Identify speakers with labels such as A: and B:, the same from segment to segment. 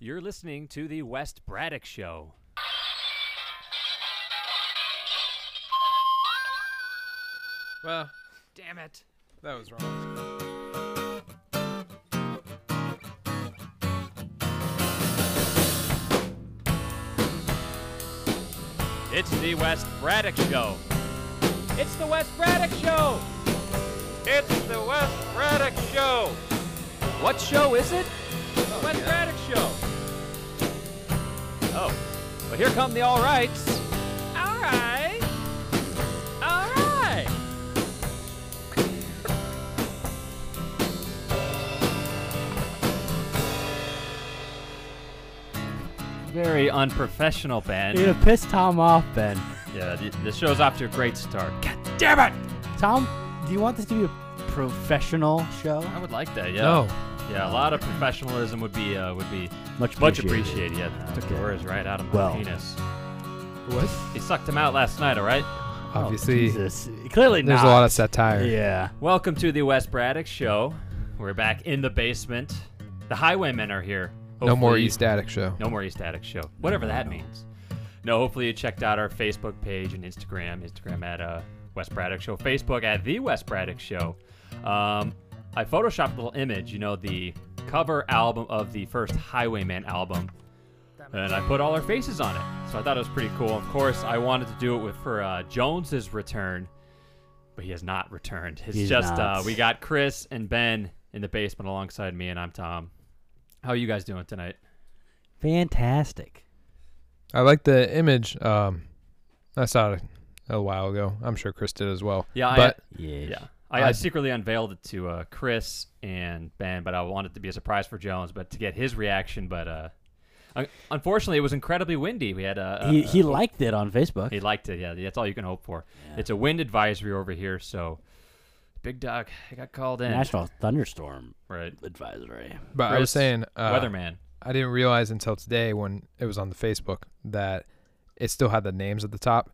A: You're listening to the West Braddock Show.
B: Well,
A: Damn it.
B: that was wrong.
A: It's the West Braddock Show. It's the West Braddock Show. It's the West Braddock Show. What show is it? The West Braddock Show. Oh, well, here come the all rights. All right. All right. Very unprofessional band.
C: You're gonna piss Tom off, Ben.
A: Yeah, th- the show's off to a great start. God
C: Damn it! Tom, do you want this to be a professional show?
A: I would like that. Yeah.
B: No.
A: Yeah, a lot of professionalism would be uh, would be
C: Much
A: much
C: appreciated.
A: appreciated. Yeah, took
C: Okay.
A: the words right out of my
C: Well.
A: penis.
B: What?
A: He sucked him out last night. All right.
C: oh,
B: Obviously,
C: Jesus. clearly
B: there's
C: not.
B: a lot of satire.
C: yeah.
A: Welcome to the West Braddock Show. We're back in the basement. The Highwaymen are here.
B: No more
A: Hopefully-
B: East Attic show.
A: No more East Attic Show. Whatever that means. No, hopefully you checked out our Facebook page and Instagram. Instagram at uh, West Braddock Show. Facebook at The West Braddock Show. Um, I photoshopped a little image, you know, the cover album of the first Highwayman album. And I put all our faces on it. So I thought it was pretty cool. Of course, I wanted to do it with for uh, Jones's return, but he has not returned. It's
C: He's
A: just
C: not.
A: Uh, we got Chris and Ben in the basement alongside me, and I'm Tom. How are you guys doing tonight?
C: Fantastic.
B: I like the image. Um, I saw it a while ago. I'm sure Chris did as well.
A: Yeah, I-
B: but
A: Yeah. I, I
B: I'd-
A: secretly unveiled it to uh, Chris and Ben, but I wanted it to be a surprise for Jones, but to get his reaction. But uh, un- unfortunately, it was incredibly windy. We had a, a-
C: he
A: a-
C: he liked it on Facebook.
A: Uh, he liked it. Yeah, that's all you can hope for.
C: Yeah.
A: It's a wind advisory over here, so big dog, I got called in.
C: National thunderstorm
A: right,
C: advisory.
B: but I was
A: Chris,
B: saying, uh,
A: weatherman.
B: I didn't realize until today when it was on the Facebook that it still had the names at the top,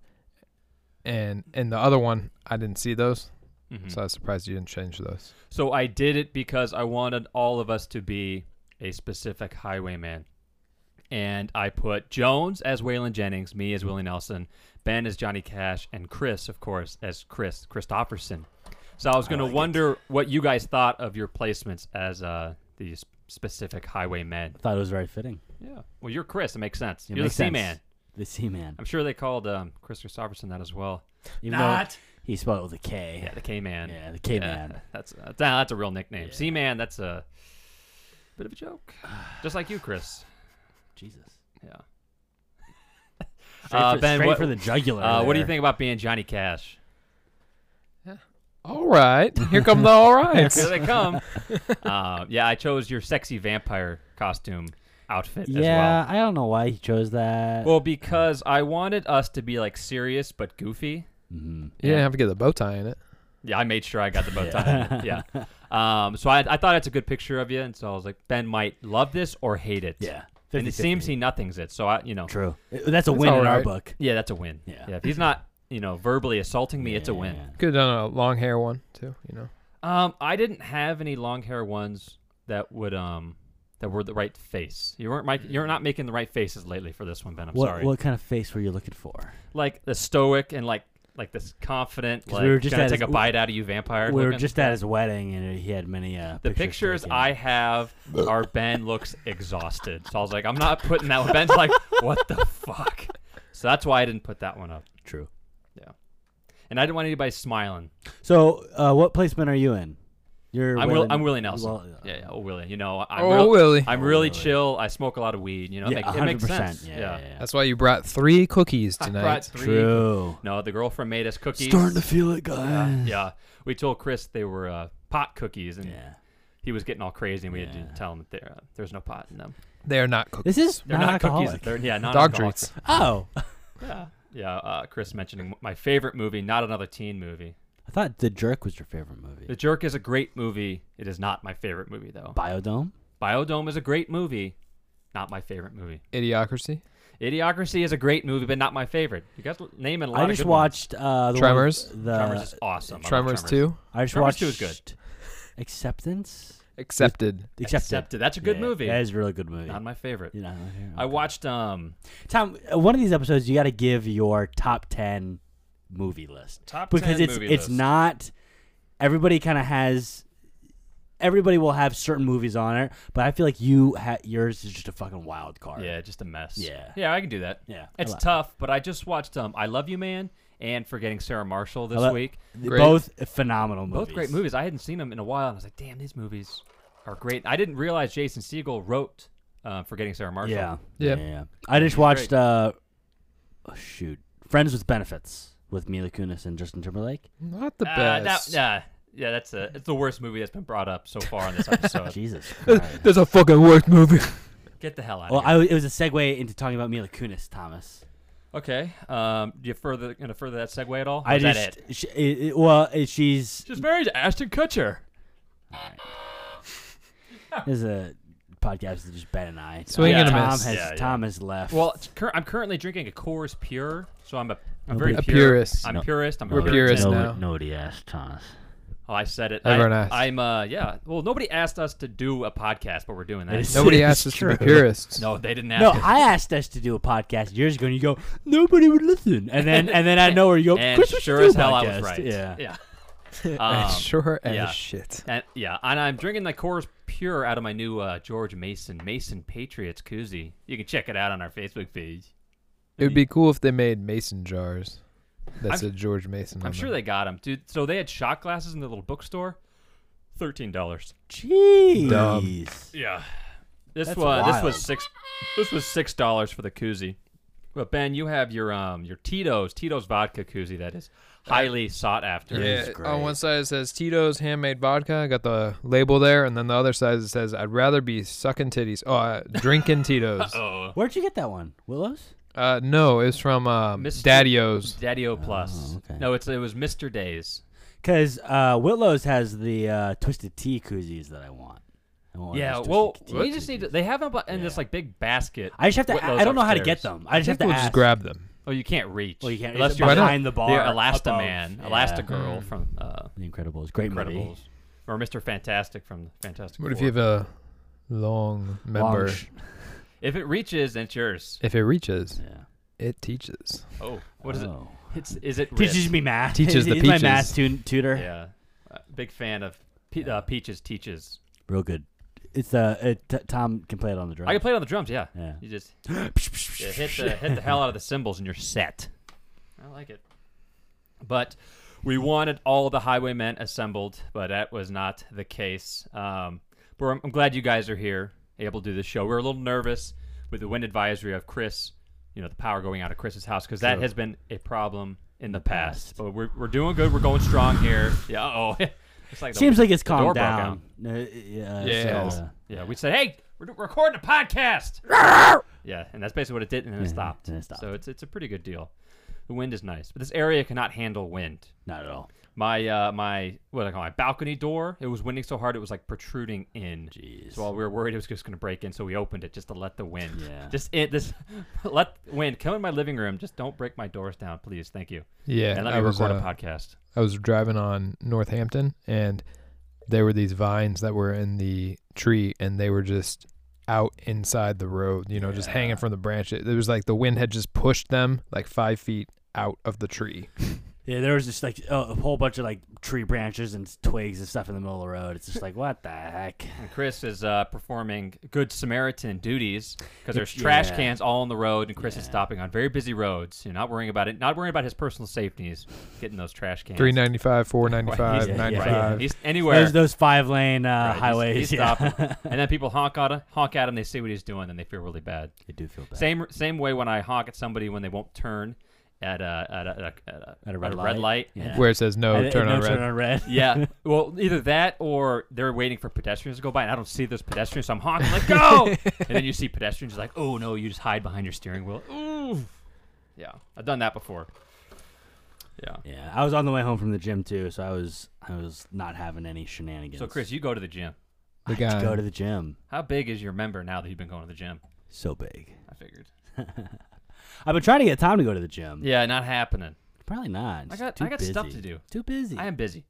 B: and in the other one I didn't see those,
A: Mhm.
B: so I was surprised you didn't change those.
A: So I did it because I wanted all of us to be a specific highwayman. And I put Jones as Waylon Jennings, me as Willie Nelson, Ben as Johnny Cash, and Chris, of course, as Chris Christopherson. So I was going to wonder what you guys thought of your placements as uh, these specific highwaymen.
C: Thought it was very fitting.
A: Yeah. Well, you're Chris. It makes sense.
C: It
A: you're
C: makes
A: the
C: sense.
A: man.
C: The Seaman.
A: I'm sure they called um, Chris Christopherson that as well.
C: Even though he spelled it with a K.
A: Yeah, the K man.
C: Yeah, the K man.
A: that's uh, that- that's a real nickname. Sea man. That's a bit of a joke. Just like you, Chris.
C: Jesus.
A: Yeah.
C: Straight,
A: Uh,
C: for,
A: Ben,
C: straight
A: what-
C: for the jugular.
A: Uh, what do you
C: there.
A: think about being Johnny Cash?
B: All right, here come the all rights.
A: Here they come. uh, yeah, I chose your sexy vampire costume outfit
C: Yeah,
A: as
C: I don't know why he chose that.
A: well. Well, because I wanted us to be like serious but goofy.
C: Mhm.
B: You didn't have to get the bow tie in it.
A: Yeah, I made sure I got the bow tie. yeah. Um, so I, I thought it's a good picture of you, and so I was like, Ben might love this or hate it.
C: yeah.
A: And it
C: 50-50.
A: seems he nothings it. So I, you know,
C: True. That's a win in our
B: alright.
C: book.
A: Yeah, that's a win.
C: Yeah.
A: if he's not, you know, verbally assaulting me, it's a win.
C: Yeah.
B: Could have done a long hair one too. You know.
A: Um, I didn't have any long hair ones that would um that were the right face. You weren't Mike. You're not making the right faces lately for this one, Ben. I'm
C: What
A: sorry.
C: what kind of face were you looking for?
A: Like the stoic and like like this confident.
C: 'Cause
A: Like
C: we were just
A: gonna
C: at
A: take
C: his-
A: a bite out of you, vampire.
C: we were
A: looking.
C: just at his wedding, and he had many uh,
A: the pictures
C: pictures. taken.
A: I have are Ben looks exhausted. So I was like, I'm not putting that one. Ben's like, what the fuck? So that's why I didn't put that one up.
C: true.
A: And I didn't want anybody smiling.
C: So, uh, what placement are you in? You're.
A: I'm, Will,
C: Will-
A: I'm Willie Nelson.
C: Well, uh,
A: yeah, yeah, oh Willie. You know, I'm,
B: oh
A: real-
B: Willie,
A: I'm
C: Oh,
A: really
C: Willie.
A: chill. I smoke a lot of weed. You know,
C: yeah,
A: it, make, it makes
C: 100%.
A: sense.
C: Yeah, yeah, yeah.
B: that's why you brought three cookies
A: I
B: tonight.
A: brought three-
C: true.
A: No, the girlfriend made us cookies.
C: Starting to feel it, guys.
A: yeah, yeah. we told Chris they were uh, pot cookies, and
C: Yeah.
A: he was getting all crazy, and we had
C: Yeah.
A: to tell him that there uh, there's no pot in them.
B: They are not cookies.
C: This is
A: They're not cookies. They're yeah, not
B: Dog treats.
C: Oh,
A: Yeah, yeah. Uh, Chris mentioning my favorite movie, not another teen movie.
C: I thought The Jerk was your favorite movie.
A: The Jerk is a great movie. It is not my favorite movie though.
C: Biodome.
A: Biodome is a great movie, not my favorite movie.
B: Idiocracy.
A: Idiocracy is a great movie, but not my favorite. You guys l- name and a lot
C: I
A: of
C: just
A: good ones.
C: watched uh, the
B: Tremors?
C: One, with the
A: Tremors is awesome. I love
B: Tremors two.
C: I just
A: Tremors
C: watched
A: two is good.
C: Acceptance.
B: Accepted.
C: Accepted.
A: That's a good
C: Yeah,
A: movie.
C: That is a really good movie.
A: Not my favorite.
C: You know, yeah.
A: I watched um
C: Tom, uh, one of these episodes, you got to give your top ten movie list
A: top
C: because
A: 10
C: it's
A: movie
C: it's
A: list.
C: not everybody kind of has everybody will have certain movies on it, but I feel like you ha- yours is just a fucking wild card.
A: Yeah, just a mess.
C: Yeah.
A: Yeah, I can do that.
C: yeah. I
A: It's
C: like-
A: tough, but I just watched um I Love You Man and Forgetting Sarah Marshall this
C: lo-
A: week.
B: Great.
C: both phenomenal movies.
A: Both great movies. I hadn't seen them in a while, and I was like, damn, these movies are great. I didn't realize Jason Siegel wrote uh, Forgetting Sarah Marshall.
C: Yeah.
B: Yeah.
C: I just
A: Great.
C: watched uh oh, shoot. Friends with Benefits with Mila Kunis and Justin Timberlake.
B: Not the
A: Uh, that-
B: best.
A: yeah. yeah, that's a, it's the worst movie that's been brought up so far on this episode.
C: Jesus. Christ.
B: There's a fucking work movie.
A: Get the hell out
C: well,
A: of
C: I, it was a segue into talking about Mila Kunis, Thomas.
A: here. okay. Um, do you further gonna further that segue at all? Or
C: I
A: Oh, is
C: just
A: that it?
C: She, it, it- well, it- she's
A: She's married to Ashton Kutcher.
C: this is a podcast that just Ben and I.
B: Swing
A: and a
C: Tom
B: miss.
C: Has,
A: Yeah, yeah.
C: Tom has left.
A: Well, it's cur- I'm currently drinking a Coors Pure, so I'm a I'm
C: Nobody-
A: very
B: A
A: pure.
B: purist.
A: I'm
C: No-
A: purist. I'm a
B: We're
A: puritan.
B: purists
C: nobody,
B: now.
C: nobody asked Thomas.
A: Oh, I said it.
B: Everyone
A: I,
B: asked.
A: I'm uh yeah. Well, nobody asked us to do a podcast, but we're doing that.
C: It's-
B: Nobody asked us to
C: true.
B: be purists.
A: No, they didn't ask.
C: No,
A: us.
C: I asked us to do a podcast years ago, and you go, nobody would listen. And then, and then I know where you go.
A: and
C: Chris, we should
A: sure
C: do a
A: as hell, I was
C: podcast."
A: right.
C: Yeah.
A: yeah,
B: And
A: Um,
B: sure as
A: yeah.
B: shit.
A: and, yeah. And I'm drinking the Coors Pure out of my new uh, George Mason Mason Patriots koozie. You can check it out on our Facebook page.
B: It would be cool if they made mason jars. That's
A: I'm-
B: a George Mason.
A: I'm sure they got them, dude. So they had shot glasses in the little bookstore. Thirteen dollars.
C: Jeez.
B: Dumb.
A: Yeah. This
C: That's
A: was this
C: wild.
A: was six this was six dollars for the koozie. But Ben, you have your um your Tito's Tito's vodka koozie that is highly sought after.
B: Yeah,
C: That's
B: on one
C: great.
B: side it says Tito's handmade vodka. I got the label there, and then the other side it says I'd rather be sucking titties. Oh, uh, drinking Tito's.
A: Oh.
C: Where'd you get that one? Willows?
B: Uh, no, it's from um,
A: Mr.
B: Daddy-O's.
A: Daddy O Plus.
C: Oh, okay.
A: No, it's it was Mr. Days.
C: Because uh, Willows has the uh, Twisted Tea koozies that I want. I want one of
A: yeah,
C: those
A: well
C: Twisted Tea
A: we just need to,
C: koozies.
A: they have them in this
C: Yeah.
A: like big basket.
C: I just have to.
A: Whitlows
C: I don't know how to
A: upstairs.
C: get them. I
B: I
C: just have
B: think
C: to
B: we'll
C: ask.
B: just grab them.
A: Oh, you can't reach.
C: Well, you can't.
A: unless
C: it's
A: you're
B: Why not?
C: behind the
A: the
C: bar.
A: Elastaman,
C: above. Mm-hmm.
A: Elastigirl
B: Mm.
A: from uh,
C: Yeah. The Incredibles. Great movie.
A: Incredibles, or Mr. Fantastic from Fantastic.
B: What if
A: Four.
B: you have a long member?
C: Long sh-
A: If it reaches, then it's yours.
B: if it reaches,
C: Yeah.
B: it teaches.
A: Oh, what is it?
C: Oh.
A: It's is it
C: Teaches
A: wrist?
C: me math.
B: Teaches the
C: He's my
B: peaches.
C: math tun- tutor.
A: Yeah, uh, big fan of Pe- uh, Peaches Teaches.
C: Real good. It's uh, it, t- Tom can play it on the drum.
A: I can play it on the drums. Yeah,
C: Yeah.
A: you just yeah, hit the hit the hell out of the cymbals and you're set. I like it. But we wanted all the Highwaymen assembled, but that was not the case. Um, but I'm, I'm glad you guys are here, able to do this show. We were a little nervous with the wind advisory of Chris, you know, the power going out of Chris's house because that
C: True.
A: has been a problem in the
C: Past.
A: past. But we're, we're doing good. We're going strong here. Yeah. Oh, it's like the-
C: Seems like it's
A: door
C: calmed
A: broke
C: down. Uh, yeah.
B: Yeah.
C: so, uh,
A: Yeah, we said, "Hey, we're do- recording a podcast." yeah, and that's basically what it did, and then it
C: Yeah,
A: stopped.
C: and it stopped.
A: So it's it's a pretty good deal. The wind is nice, but this area cannot handle wind.
C: not at all.
A: My uh my what do I call it, my balcony door? It was winding so hard it was like protruding in.
C: Jeez.
A: So while we were worried it was just gonna break in, so we opened it just to let the wind.
C: Yeah.
A: Just in this, let wind come in my living room. Just don't break my doors down, please. Thank you.
B: Yeah,
A: and let
B: I
A: me
B: was
A: record
B: uh,
A: a podcast.
B: I was driving on Northampton and there were these vines that were in the tree and they were just out inside the road, you know, just hanging from the branch. It, it was like the wind had just pushed them like five feet out of the tree.
C: Yeah, there was just like a, a whole bunch of like tree branches and twigs and stuff in the middle of the road. It's just like what the heck.
A: And Chris is uh, performing Good Samaritan duties because there's
C: Yeah.
A: trash cans all on the road, and Chris is
C: Yeah.
A: stopping on very busy roads. You're not worrying about it, not worrying about his personal safety. He's getting those trash cans.
B: Three ninety five, four ninety
A: Right,
B: five,
A: he's-
B: ninety
A: right,
B: five.
A: He's anywhere.
C: There's those five lane uh,
A: Right, he's-
C: highways.
A: he's
C: yeah.
A: stopping. and then people honk at him, honk at him. They see what he's doing, and they feel really bad.
C: I do feel bad.
A: Same same way when I honk at somebody when they won't turn at a at a, at a,
C: At a red light? Yeah.
B: Where it says no,
C: And- and
B: Oh, turn
C: no
B: on red.
C: Turn on red.
A: Yeah. Well, either that or they're waiting for pedestrians to go by, and I don't see those pedestrians, so I'm honking like, "Go!" and then you see pedestrians like, "Oh no!" You just hide behind your steering wheel. Ooh. Yeah, I've done that before. Yeah.
C: Yeah, I was on the way home from the gym too, so I was I was not having any shenanigans.
A: So Chris, you go to the gym.
C: I
B: The
C: had to
B: guy.
C: go to the gym.
A: How big is your member now that you've been going to the gym?
C: So big.
A: I figured.
C: I've been trying to get Tom to go to the gym.
A: Yeah, not happening.
C: Probably not.
A: I
C: It's
A: got
C: too
A: I got stuff to
C: busy.
A: do.
C: Too busy.
A: I am busy.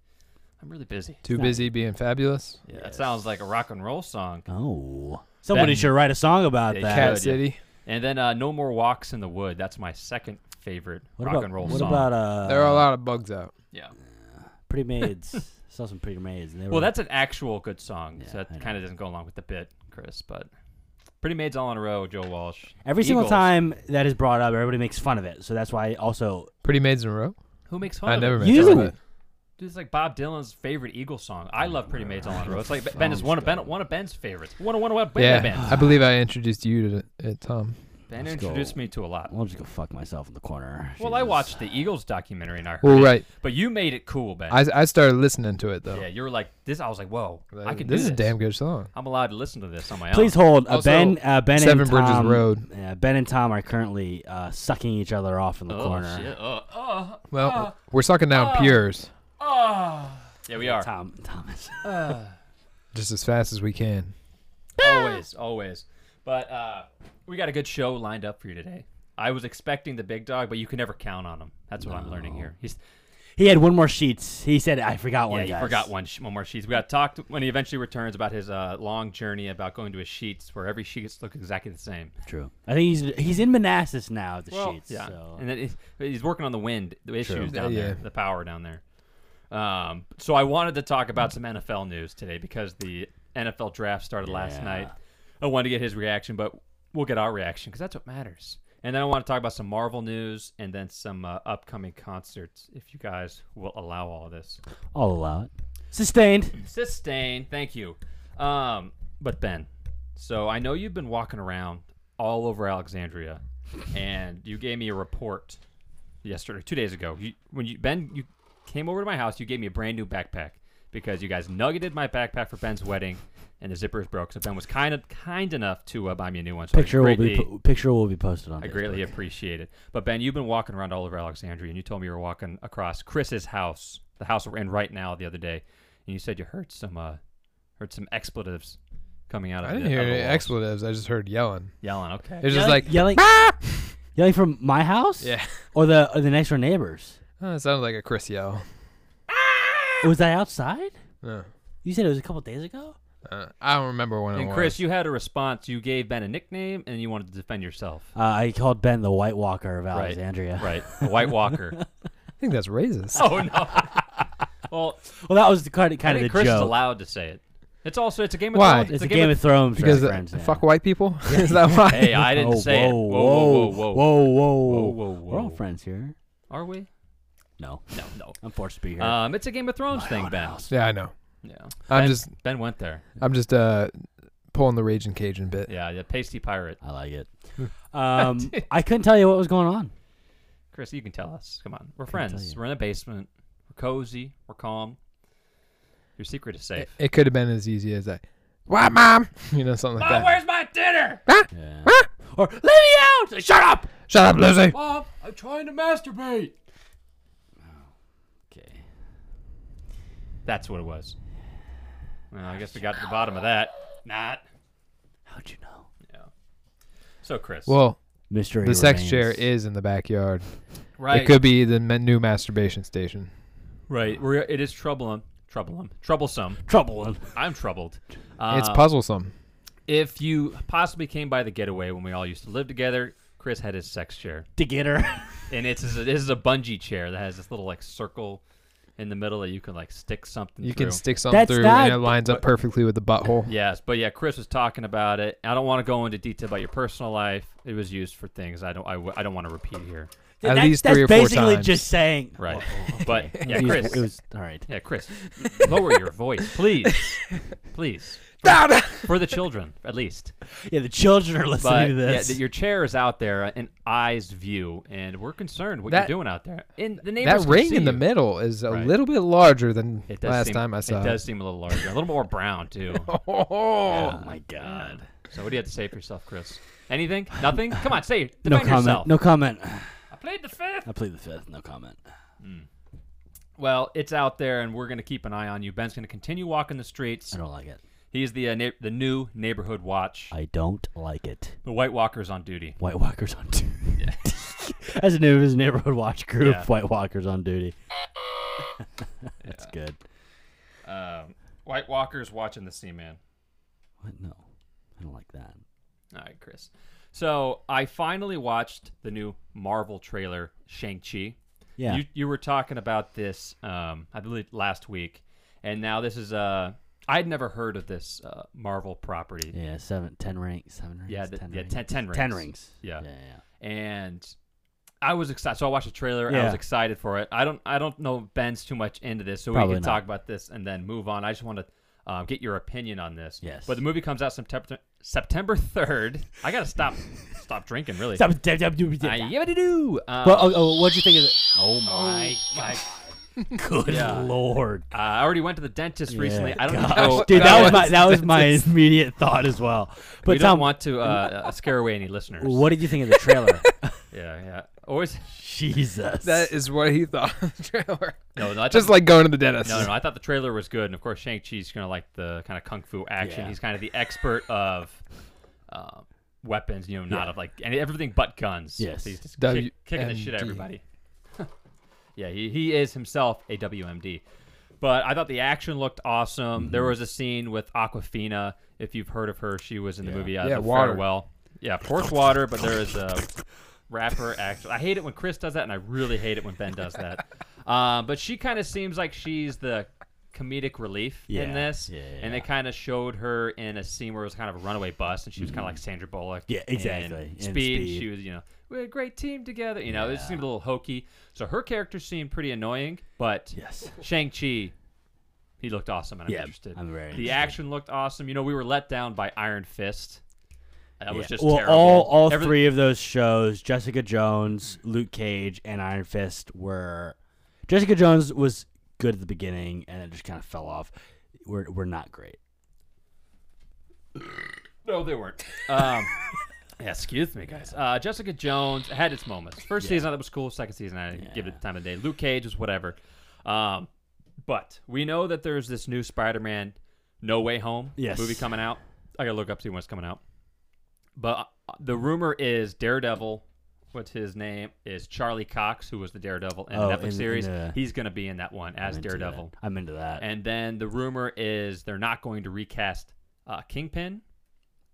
A: I'm really busy.
B: Too
C: Nice.
B: busy being fabulous.
A: Yeah, that sounds like a rock and roll song.
C: Oh, somebody
A: That-
C: should write a song about
A: They
C: that.
A: should.
B: Cat City.
A: And then uh, No More Walks in the Wood. That's my second favorite
C: What
A: rock
C: about
A: and roll
C: what
A: song.
C: about uh?
B: There are a lot of bugs out.
A: yeah.
C: Pretty Maids. Saw some Pretty Maids. And they were,
A: Well, that's an actual good song.
C: Yeah,
A: so
C: I know.
A: that kind of doesn't go along with the bit, Chris. But Pretty Maids All in a Row, Joe Walsh.
C: every single
A: Eagles.
C: time that is brought up, everybody makes fun of it. So that's why also
B: Pretty maids in a row.
A: Who makes fun
B: I
A: of
B: never
A: it?
B: made fun of
C: You!
B: it.
A: Dude, it's like Bob Dylan's favorite Eagle song. I love Pretty Maids All in a Row. It's like
B: Song's
A: Ben is one of Ben,
B: good.
A: one of Ben's favorites. One of one of one of Ben.
B: Yeah, I
A: Ben's.
B: believe I introduced you to it, Tom.
A: Ben
C: Let's
A: introduced
C: go.
A: me to a lot.
C: I'll just go fuck myself in the corner.
A: Well, I
C: Jesus.
A: watched the Eagles documentary and I heard
B: Well,
A: it,
B: right.
A: but you made it cool, Ben.
B: I, I started listening to it though.
A: yeah, you were like this. I was like, whoa, I
B: That-
A: can
B: this
A: do
B: is
A: this.
B: a damn good song.
A: I'm allowed to listen to this on my own.
C: Please hold. Uh,
B: Also,
C: ben, uh, Ben,
B: Seven
C: and
B: Bridges
C: Tom,
B: Road.
C: Yeah, ben and Tom are currently uh, sucking each other off in the corner.
A: shit. Uh, uh,
B: Well, we're sucking
A: Ah.
B: down pures
A: uh. Yeah, we are.
C: Tom, Thomas.
B: just as fast as we can.
A: always, always. But uh, we got a good show lined up for you today. I was expecting the big dog, but you can never count on him. That's what I'm learning here. He's
C: he had one more sheets. He said, "I forgot
A: yeah,
C: one."
A: he
C: guys."
A: forgot one sh- one more sheets. We got talked when he eventually returns about his uh, long journey about going to his sheets where every sheets look exactly the same.
C: True. I think he's he's in Manassas now. at The sheets.
A: yeah,
C: So.
A: and then he's, he's working on the wind, the issues down
B: Yeah,
A: there,
B: yeah.
A: the power down there. Um, so I wanted to talk about some NFL news today because the NFL draft started last
C: Yeah.
A: night. I wanted to get his reaction, but we'll get our reaction because that's what matters. And then I want to talk about some Marvel news and then some uh, upcoming concerts, if you guys will allow all this.
C: I'll allow it. Sustained.
A: Sustain, thank you. Um, but Ben, so I know you've been walking around all over Alexandria, and you gave me a report yesterday, two days ago. You, when you Ben, you came over to my house, you gave me a brand new backpack because you guys nuggeted my backpack for Ben's wedding, and the zipper is broke. So Ben was kind of kind enough to uh, buy me a new one. So I
C: Picture will be
A: greatly-
C: po- picture will be posted on.
A: I greatly appreciate it. But Ben, you've been walking around all over Alexandria, and you told me you were walking across Chris's house, the house we're in right now, the other day, and you said you heard some uh, heard some expletives coming out of.
B: I didn't
A: the,
B: hear
A: of the
B: any
A: walls.
B: expletives. I just heard yelling.
A: yelling. Okay.
B: It was just like,
C: yelling, yelling from my house.
B: yeah,
C: Or the or the next door neighbors.
B: oh, it sounded like a Chris yell.
C: Was that outside?
B: Uh,
C: You said it was a couple days ago.
B: uh, I don't remember when it
A: and
B: was.
A: Chris, you had a response. You gave Ben a nickname, and you wanted to defend yourself.
C: Uh, I called Ben the White Walker of
A: Right.
C: Alexandria.
A: Right, a White Walker.
B: I think that's racist.
A: oh no. Well,
C: Well, that was the kind of,
A: I
C: kind of the
A: think Chris
C: joke.
A: is allowed to say it. It's also it's a game of
B: Why?
A: Thrones.
C: It's, a, Game of Thrones
B: because uh,
C: reference. yeah.
B: fuck white people. Is that why?
A: Hey, I didn't
C: Oh,
A: say it.
C: whoa,
A: Whoa, whoa, whoa, whoa.
C: whoa, whoa,
A: Whoa, whoa,
C: We're all
A: whoa.
C: friends here.
A: Are we?
C: No,
A: No, no.
C: I'm forced to be here.
A: Um, it's a Game of Thrones thing, Ben.
B: yeah, I know.
A: Yeah.
B: I'm
A: Ben-
B: just,
A: Ben went there.
B: I'm just uh, pulling the raging Cajun bit.
A: Yeah, the pasty pirate.
C: I like it. Um, I couldn't tell you what was going on.
A: Chris, you can tell us. Come on. We're
C: Couldn't tell
A: friends.
C: you.
A: We're in a basement. We're cozy. We're calm. Your secret is
B: It,
A: safe.
B: it could have been as easy as that. Why, mom? You know, something like
A: Mom,
B: that.
A: where's my dinner?
C: Yeah.
A: Or let me out! Like, Shut up!
B: Shut up, Lucy.
A: Mom, I'm trying to masturbate.
C: Okay.
A: That's what it was. Well, I guess we got to the bottom of that. Not.
C: How'd you know?
A: Yeah. So, Chris.
B: Well,
C: Mystery.
B: the sex
C: remains.
B: chair is in the backyard.
A: right.
B: It could be the ma- new masturbation station.
A: right. We're, it is troubling. Troubling. Troublesome.
C: trouble.
A: I'm troubled.
B: it's
A: Um,
B: puzzlesome.
A: if you possibly came by the getaway when we all used to live together, Chris had his sex chair,
C: To get her.
A: and it's this is a bungee chair that has this little like circle in the middle that you can like stick something.
B: You
A: through.
B: can stick something
C: That's
B: through,
C: not-
B: and it lines up perfectly with the butthole.
A: Yes, but yeah, Chris was talking about it. I don't want to go into detail about your personal life. It was used for things I don't I, w- I don't want to repeat here.
B: At
C: That-
B: least
C: that's
B: three or four
C: basically
B: times.
C: just saying.
A: Right.
C: Oh, okay.
A: But yeah,
C: It was-
A: Chris.
C: It was all right.
A: Yeah, Chris, lower your voice, please, please, for the children at least.
C: Yeah, the children are listening
A: But
C: to
A: yeah,
C: this.
A: that your chair is out there in eyes view, and we're concerned what
B: That-
A: you're doing out there. And the neighbors
B: That
A: can
B: ring
A: see
B: in the
A: you.
B: middle is a
A: Right.
B: little bit larger than
A: It does
B: last
A: seem-
B: time I saw
A: It does seem a little larger, a little more brown too.
C: oh my god.
A: So what do you have to say for yourself, Chris? Anything? Nothing? Come on, say defend
C: No comment.
A: yourself.
C: No comment.
A: I played the fifth.
C: I plead the fifth. No comment.
A: Well, it's out there, and we're gonna keep an eye on you. Ben's gonna continue walking the streets.
C: I don't like it.
A: He's the uh, na- the new neighborhood watch.
C: I don't like it.
A: The White Walker's on duty.
C: White Walkers on duty. As a name of his neighborhood watch group,
A: Yeah.
C: White Walkers on duty. That's good.
A: Um, White Walker's watching the Seaman.
C: What? No, I don't like that.
A: All right, Chris. So I finally watched the new Marvel trailer, Shang Chi.
C: Yeah.
A: You you were talking about this, um, I believe last week, and now this is uh I had never heard of this uh, Marvel property.
C: yeah, seven, ten rings, seven rings.
A: Yeah, the,
C: ten
A: yeah,
C: rings.
A: ten, ten rings.
C: Ten rings.
A: Yeah.
C: yeah, yeah.
A: and I was excited. So I watched the trailer. I
C: Yeah.
A: was excited for it. I don't. I don't know Ben's too much into this, so we
C: Probably
A: can
C: not.
A: talk about this and then move on. I just want to uh, get your opinion on this.
C: Yes.
A: But the movie comes out September September third. I gotta stop stop drinking. Really.
C: Stop, dab, dab, doo,
A: I
C: dab, dab.
A: yibbity doo. Um,
C: But oh, oh, what'd you think of it? Oh my
A: my-
C: good
A: Yeah.
C: lord!
A: uh, I already went to the dentist recently.
C: Yeah.
A: I don't
C: Gosh,
A: know.
C: dude. That was my
B: was-
C: that was my immediate thought as well. But
A: we
C: Tom,
A: don't want to uh, uh, scare away any listeners.
C: what did you think of the trailer?
A: Yeah, yeah. Always.
C: Jesus,
B: That is what he thought of the trailer.
A: No, no. I
B: Just
A: thought-
B: like going to the dentist.
A: No, no, no. I thought the trailer was good, and of course, Shang Chi's kind of like the kind of kung fu action.
C: Yeah.
A: He's kind of the expert of uh, weapons, you know, not of like and everything but guns.
C: Yes.
A: he's just kick, kicking the shit out
B: WMD.
A: of everybody. yeah, he, he is himself a WMD. But I thought the action looked awesome. There was a scene with Aquafina. If you've heard of her, she was in the movie uh,
B: Yeah,
A: The
B: water.
A: Farewell. Yeah, pours water, but there is a rapper act. I hate it when Chris does that, and I really hate it when Ben does that. Uh, but she kind of seems like she's the comedic relief in
C: Yeah,
A: this,
C: yeah, yeah,
A: and they
C: yeah.
A: kind of showed her in a scene where it was kind of a runaway bus, and she was kind of like Sandra Bullock.
C: Mm-hmm. Yeah,
A: in
C: exactly, in
A: Speed.
C: Speed.
A: She was, you know, we're a great team together. You know, it
C: Yeah.
A: seemed a little hokey. So her character seemed pretty annoying, but
C: yes,
A: Shang Chi, he looked awesome, and I'm
C: yeah,
A: interested.
C: I'm very
A: the
C: interested.
A: action looked awesome. You know, we were let down by Iron Fist. That was
C: Yeah.
A: just
C: well,
A: terrible.
C: all all
A: Everyth-
C: three of those shows, Jessica Jones, Luke Cage, and Iron Fist were. Jessica Jones was good at the beginning, and it just kind of fell off. We're we're not great.
A: No, they weren't. Um, yeah, excuse me, guys. Uh, Jessica Jones had its moments. First season, that was cool. Second season, I didn't give it the time of day. Luke Cage was whatever. Um, but we know that there's this new Spider-Man No Way Home
C: Yes.
A: movie coming out. I gotta look up see when it's coming out. But uh, the rumor is Daredevil. What's his name? Is Charlie Cox, who was the Daredevil in
C: Oh,
A: the
C: in-
A: Netflix
C: in
A: series.
C: the-
A: He's gonna be in that one as
C: I'm into
A: Daredevil.
C: that. I'm into that.
A: And then the rumor is they're not going to recast uh, Kingpin.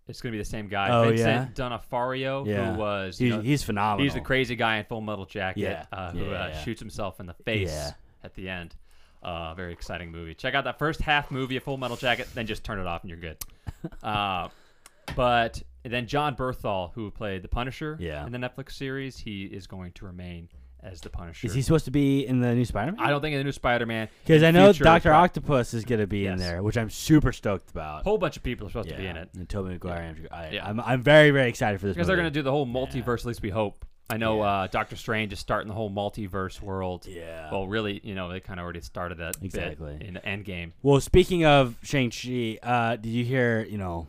A: It's going to be the same guy,
C: Oh,
A: Vincent D'Onofrio,
C: Yeah.
A: who was
C: he's,
A: you know,
C: he's phenomenal.
A: he's the crazy guy in Full Metal Jacket
C: Yeah.
A: uh, who
C: Yeah,
A: uh,
C: yeah, yeah.
A: shoots himself in the face
C: Yeah.
A: at the end. Uh, very exciting movie. Check out that first half movie of Full Metal Jacket, then just turn it off and you're good. Uh, but then John Berthal, who played the Punisher
C: Yeah.
A: in the Netflix series, he is going to remain as the Punisher.
C: Is he supposed to be in the new Spider-Man?
A: I don't think in the new Spider-Man
C: because
A: in
C: I know
A: future-
C: Doctor Octopus is gonna be in
A: Yes.
C: there, which I'm super stoked about.
A: whole bunch of people are supposed to be
C: Yeah,
A: in it.
C: And Tobey Maguire. Andrew- I,
A: Yeah.
C: I'm I'm very very excited for this.
A: Because they're
C: movie.
A: going to do the whole multiverse, at least we hope. I know uh, Doctor Strange is starting the whole multiverse world.
C: Yeah.
A: Well, really, you know, they kind of already started that bit
C: Exactly.
A: in the Endgame.
C: Well, speaking of Shang Chi, uh, did you hear? You know,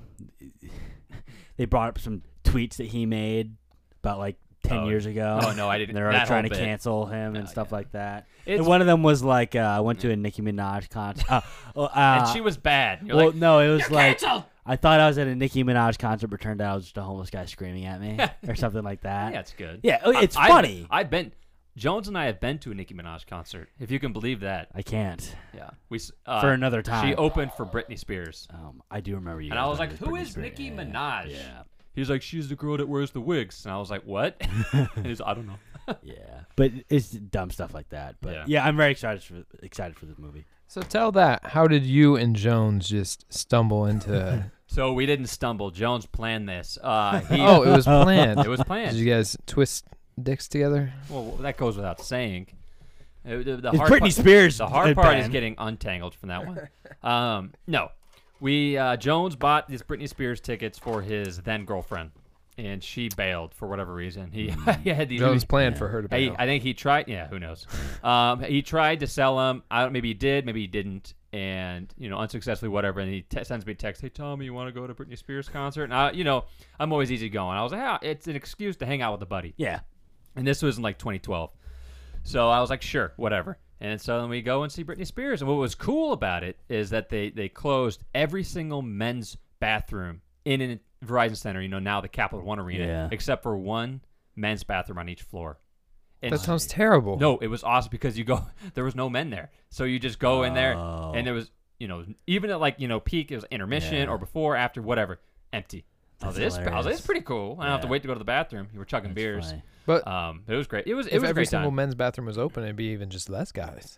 C: they brought up some tweets that he made about like ten
A: Oh.
C: years ago.
A: Oh, no, I didn't-
C: And they're
A: that
C: already trying
A: whole
C: to
A: bit.
C: cancel him and
A: No,
C: stuff
A: yeah.
C: like that.
A: It's- Mm.
C: and one of them was like, uh, "I went to a Nicki Minaj concert." Uh, oh, uh,
A: and she was bad. You're
C: well,
A: like,
C: no, it was like I thought I was at a Nicki Minaj concert, but turned out I was just a homeless guy screaming at me or something like that.
A: yeah, it's good.
C: Yeah, oh, it's
A: I- I've-
C: funny.
A: I've, been. Jones and I have been to a Nicki Minaj concert, if you can believe that.
C: I can't.
A: Yeah, we s- uh,
C: For another
A: She
C: time.
A: opened for Britney Spears,
C: Um, I do remember you.
A: and
C: guys
A: I was
C: went
A: like,
C: to
A: "Who
C: Britney
A: is
C: Spears-
A: Nicki
C: yeah,
A: Minaj?"
C: Yeah,
A: He's like, "She's the girl that wears the wigs," and I was like, "What?" and he's, "I don't know."
C: yeah. But it's dumb stuff like that. But
A: Yeah.
C: yeah, I'm very excited for excited for this movie.
B: So tell that. How did you and Jones just stumble into?
A: So we didn't stumble. Jones planned this. Uh, he,
B: oh, it was planned.
A: it was planned.
B: Did you guys twist dicks together?
A: Well, that goes without saying. Uh, The, the
C: It's
A: hard
C: Britney
A: part-
C: Spears,
A: The hard
C: uh,
A: part is
C: Ben.
A: getting untangled from that one. Um, no, we uh, Jones bought these Britney Spears tickets for his then girlfriend, and she bailed for whatever reason. He,
C: Mm.
A: he had these.
B: Jones planned for her to
A: he-
B: bail.
A: I think he tried. Yeah, who knows? Um, he tried to sell them. I don't. Maybe he did. Maybe he didn't. And you know, unsuccessfully, whatever. And he te- sends me a text. Hey, Tommy, you want to go to Britney Spears concert? And I, you know, I'm always easygoing. I was like, ah, it's an excuse to hang out with a buddy
C: Yeah.
A: and this was in like 2012. So I was like, sure, whatever. And so then we go and see Britney Spears. And what was cool about it is that they they closed every single men's bathroom in an Verizon Center. You know, now the Capital One Arena,
C: Yeah.
A: except for one men's bathroom on each floor. And
B: That sounds terrible.
A: no, it was awesome because you go there was no men there, so you just go in there
C: Oh.
A: and there was. you know, even at like you know peak, it was intermission
C: Yeah.
A: or before, after, whatever, empty.
C: That's
A: oh, this, I was like,
C: hilarious.
A: this is pretty cool. I don't have to
C: Yeah.
A: wait to go to the bathroom. You were chugging
C: That's
A: beers.
C: funny.
B: But
A: Um, it was great. It was it
B: if
A: was a
B: every
A: great
B: single
A: time.
B: men's bathroom was open, it'd be even just less guys.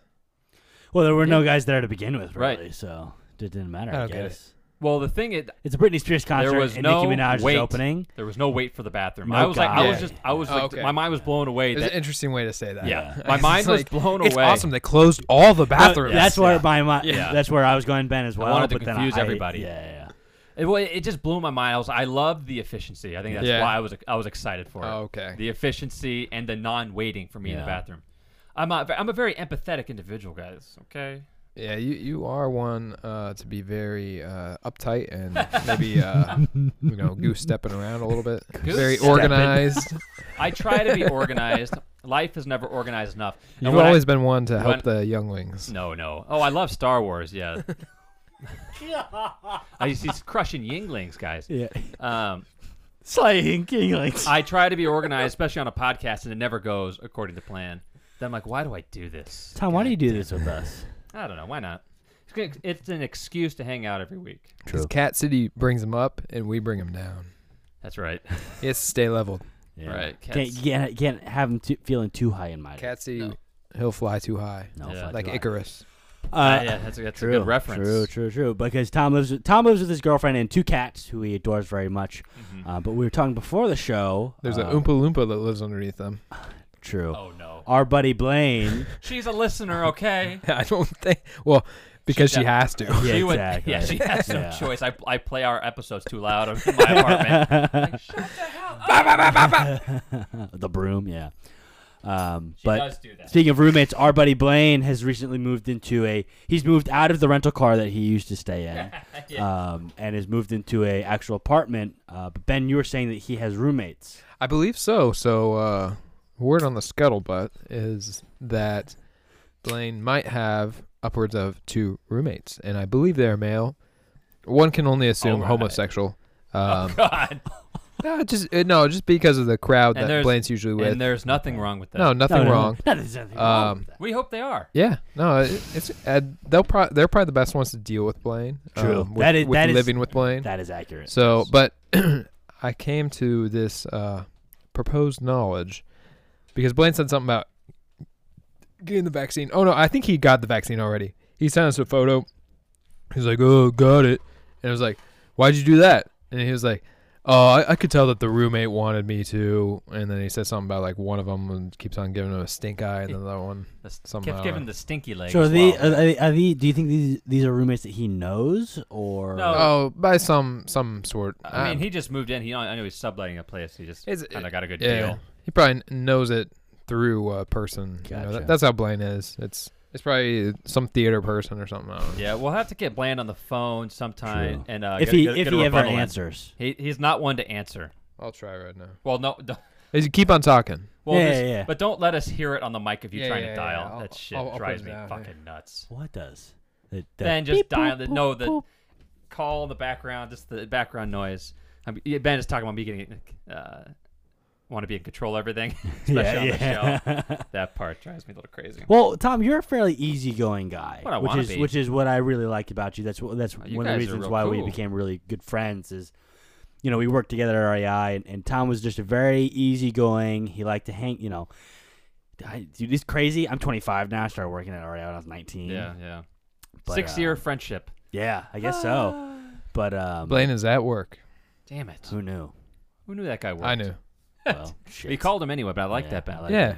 C: Well, there were no
A: Yeah.
C: guys there to begin with,
A: Right.
C: really, so it didn't matter.
B: I
C: I,
B: don't get it.
C: guess
A: well, the thing is,
C: it's a Britney Spears concert.
A: was
C: and
A: no
C: Nicki Minaj's
A: wait.
C: opening.
A: there was no wait for the bathroom.
C: No
A: I was like, I
B: guy.
A: was just, I was
B: Oh,
A: like,
B: okay.
A: my mind was blown away.
B: It's
A: That,
B: an interesting way to say that.
A: yeah,
B: It's
A: my mind was
B: like,
A: blown
B: It's
A: away.
B: awesome. They closed all the bathrooms.
C: That's where my mi-
A: Yeah.
C: that's where I was going, Ben, as well.
A: wanted to
C: but then
A: confuse
C: I-
A: everybody.
C: Yeah, yeah,
A: It, well, it just blew my mind. I was, I loved the efficiency. I think that's
B: Yeah.
A: why I was I was excited for it.
B: Oh, okay.
A: The efficiency and the non-waiting for me in the
C: Yeah.
A: bathroom. I'm a, I'm a very empathetic individual, guys. Okay.
B: Yeah, you, you are one uh, to be very uh, uptight and maybe uh, you know goose stepping around a little bit.
A: Goose
B: very
A: stepping.
B: organized.
A: I try to be organized. Life is never organized enough. And
B: You've
A: when I-
B: always been one to help
A: when-
B: the younglings.
A: no, no. Oh, I love Star Wars. Yeah. I just, he's crushing Yinglings, guys.
C: yeah.
A: Um,
C: Slaying kinglings.
A: I try to be organized, especially on a podcast, and it never goes according to plan. Then I'm like, why do I do this?
C: Tom, why do you do this with us?
A: I don't know. Why not? It's gonna- It's an excuse to hang out every week.
B: Because Cat City brings them up and we bring them down.
A: That's right.
C: Uh,
B: Yes, stay leveled.
C: Yeah.
A: Right.
C: Can't,
A: Cats-
C: you can't you can't have him too, feeling too high in my
B: Cat City,
A: No.
B: he'll fly too high,
C: No,
A: Yeah.
C: fly
B: like
C: too high.
B: Icarus.
A: Uh,
C: Uh,
A: yeah, that's, that's
C: True,
A: a good reference.
C: True, true, true. Because Tom lives with, Tom lives with his girlfriend and two cats who he adores very much.
A: Mhm.
C: Uh, but we were talking before the show.
B: There's
C: uh,
B: an Oompa Loompa that lives underneath them.
C: True.
A: Oh no,
C: Our buddy Blaine.
A: she's a listener. Okay,
B: I don't think. Well, because she,
A: def-
B: has to.
C: yeah,
A: she would.
C: exactly.
A: Yeah, she has no
C: Yeah.
A: choice. I, I play our episodes too loud in my apartment. Like, shut the hell up.
C: the broom, yeah. Um,
A: She
C: but
A: does do that.
C: speaking of roommates, our buddy Blaine has recently moved into a. He's moved out of the rental car that he used to stay in, um, and has moved into a actual apartment. Uh, but Ben, you were saying that he has roommates.
B: I believe so. So, uh, word on the scuttlebutt is that Blaine might have upwards of two roommates, and I believe they're male. One can only assume
A: Alright.
B: homosexual. Um,
A: Oh, God,
B: no, just uh, no, just because of the crowd
A: And
B: that
A: there's-
B: Blaine's usually with.
A: and there's nothing wrong with that.
B: No, nothing
C: No, no, no.
B: wrong.
C: No, there's nothing wrong.
B: Um,
A: we hope they are.
B: yeah, no, it, it's uh, they'll pro- they're probably the best ones to deal with Blaine.
C: True.
B: um, with,
C: That is-
B: with
C: that is-
B: living with Blaine.
C: that is accurate.
B: So, but I came to this uh, proposed knowledge because Blaine said something about getting the vaccine. Oh no, I think he got the vaccine already. He sent us a photo. He's like, "Oh, got it," and I was like, "Why'd you do that?" And he was like, "Oh, I, I could tell that the roommate wanted me to." And then he said something about like one of them keeps on giving him a stink eye, and then the other one.
A: That's
B: Somehow.
A: kept giving the stinky leg.
C: So are
A: as
C: the
A: well.
C: are, they- are the do you think these these are roommates that he knows or
A: No.
B: Oh, by some some sort.
A: I mean,
B: Um,
A: he just moved in. He I know he's subletting a place. He just
B: It's-
A: kind of got a good
B: Yeah,
A: deal.
B: he probably kn- knows it through a person. You know, that-
C: Gotcha.
B: that's how Blaine is. It's it's probably some theater person or something. I don't know.
A: Yeah, we'll have to get Bland on the phone sometime,
C: True.
A: and uh,
C: if
A: get-
C: he
A: get-
C: if
A: get a
C: he ever
A: rebuttal in.
C: answers?
A: he, he's not one to answer.
B: I'll try right now.
A: Well, no, don't-
B: As you keep on talking.
A: Well,
C: Yeah,
A: this-
C: yeah, yeah.
A: But don't let us hear it on the mic if you're
B: Yeah,
A: trying
B: yeah,
A: to
B: yeah,
A: dial.
B: yeah. I'll-
A: That shit
B: I'll- I'll put
A: drives
B: it
A: me
B: down, yeah.
A: fucking nuts.
C: What does? The- the-
A: Ben, just
C: beep,
A: dial
C: boop,
A: the no the
C: boop,
A: call in the background, just the background noise. I mean, yeah, ben is talking about me getting uh, want to be in control of everything, especially on the show.
C: yeah.
A: That part drives me a little crazy.
C: Well, Tom, you're a fairly easygoing guy,
A: What I
C: which
A: wanna
C: is
A: be.
C: which is what I really liked about you. That's what that's
A: you
C: one of
A: guys
C: the
A: are
C: reasons
A: real
C: why we
A: cool.
C: became really good friends. Is you know we worked together at REI, and, and Tom was just a very easygoing. He liked to hang. You know, I, dude, this crazy. I'm 25 now. I started working at REI when I was 19.
A: yeah, yeah.
C: But,
A: Six
C: uh,
A: year friendship.
C: yeah, I guess
A: Ah.
C: so. But um,
B: Blaine is at work.
A: Damn it.
C: who knew?
A: Who knew that guy worked?
B: I knew.
C: Well,
A: We
C: shit.
A: called him anyway, but I like
C: Yeah,
A: that
C: I
A: Ben.
C: like-
B: Yeah.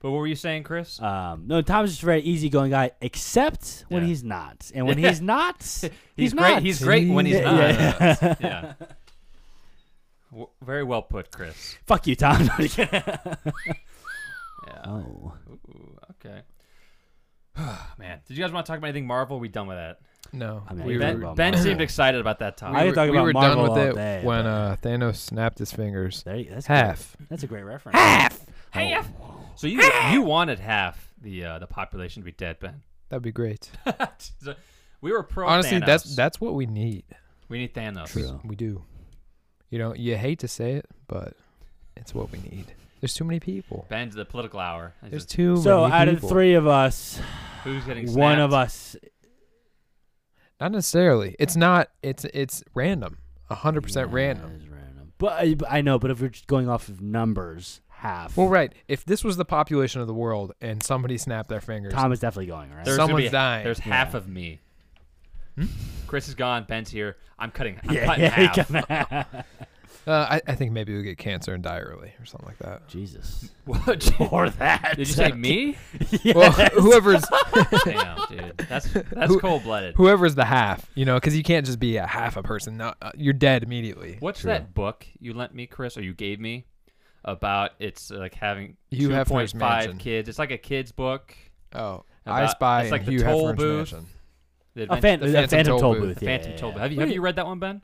A: But what were you saying, Chris?
C: Um, no, Tom's just a very easygoing guy, except when
A: Yeah.
C: he's not. And when
A: Yeah.
C: he's not,
A: he's
C: he's
A: great.
C: not.
A: He's great when he's
C: Yeah,
A: not.
C: yeah.
A: Yeah. W- very well put, Chris.
C: fuck you, Tom.
A: Yeah.
C: oh.
A: Ooh, okay. Man, did you guys want to talk about anything Marvel? We done with that.
B: No.
C: I mean,
B: we
C: Ben-
B: were,
C: about
A: Ben
C: Marvel.
A: seemed excited about that
B: we
A: topic.
C: I
B: were,
C: could talk
B: we
C: about
B: were
C: Marvel
B: done with
C: all
B: it
C: day,
B: when
C: but-
B: uh, Thanos snapped his fingers.
C: There you, that's
B: Half.
C: Great. That's a great reference. Oh. Half.
A: Half. So you you wanted half the uh, the population to be dead, Ben.
B: That'd be great.
A: So we were pro.
B: Honestly,
A: Thanos.
B: that's that's what we need.
A: we need Thanos.
C: True.
B: We do. You know, you hate to say it, but it's what we need. There's too many people.
A: Ben's the political hour. It's
B: There's
A: just
B: too
C: So
B: many
C: out of the
B: people.
C: three of us,
A: who's getting
C: one of
A: snapped?
C: us
B: Not necessarily. It's not. It's it's random. hundred percent
C: Yeah,
B: random.
C: it is random. But I, but I know, but if we're just going off of numbers, half.
B: Well, right. If this was the population of the world and somebody snapped their fingers,
C: Tom is definitely going, right?
A: There's gonna
B: someone's
A: be-
B: dying.
A: There's half
C: Yeah.
A: of me. Chris is gone. Ben's here. I'm cutting. I'm
C: Hmm? yeah,
A: cutting
C: yeah,
A: half.
C: he cut-
B: uh, I, I think maybe we get cancer and die early or something like that.
C: Jesus.
A: What?
C: Or that.
A: Did you say me?
B: Well, whoever's
A: Damn, dude. That's that's
B: Who-
A: cold blooded.
B: whoever's the half, you know, because you can't just be a half a person. Not, uh, you're dead immediately.
A: What's that book you lent me, Chris, or you gave me about? It's uh, like having
B: Hugh Hefner's
A: 2.5
B: Mansion.
A: kids. It's like a kids book.
B: Oh, I
A: About-
B: Spy
A: it's like
B: and
A: the
B: Hugh
A: toll
B: Hefner's
A: booth.
B: mansion.
A: The
C: A,
A: Advent-
C: fan,
B: The
C: a
B: Phantom
C: Phantom
B: Toll
C: Toll
B: Booth.
C: Booth.
A: the
C: yeah,
A: Phantom
C: yeah,
A: Toll Booth.
C: yeah.
A: Have you have you read that one, Ben?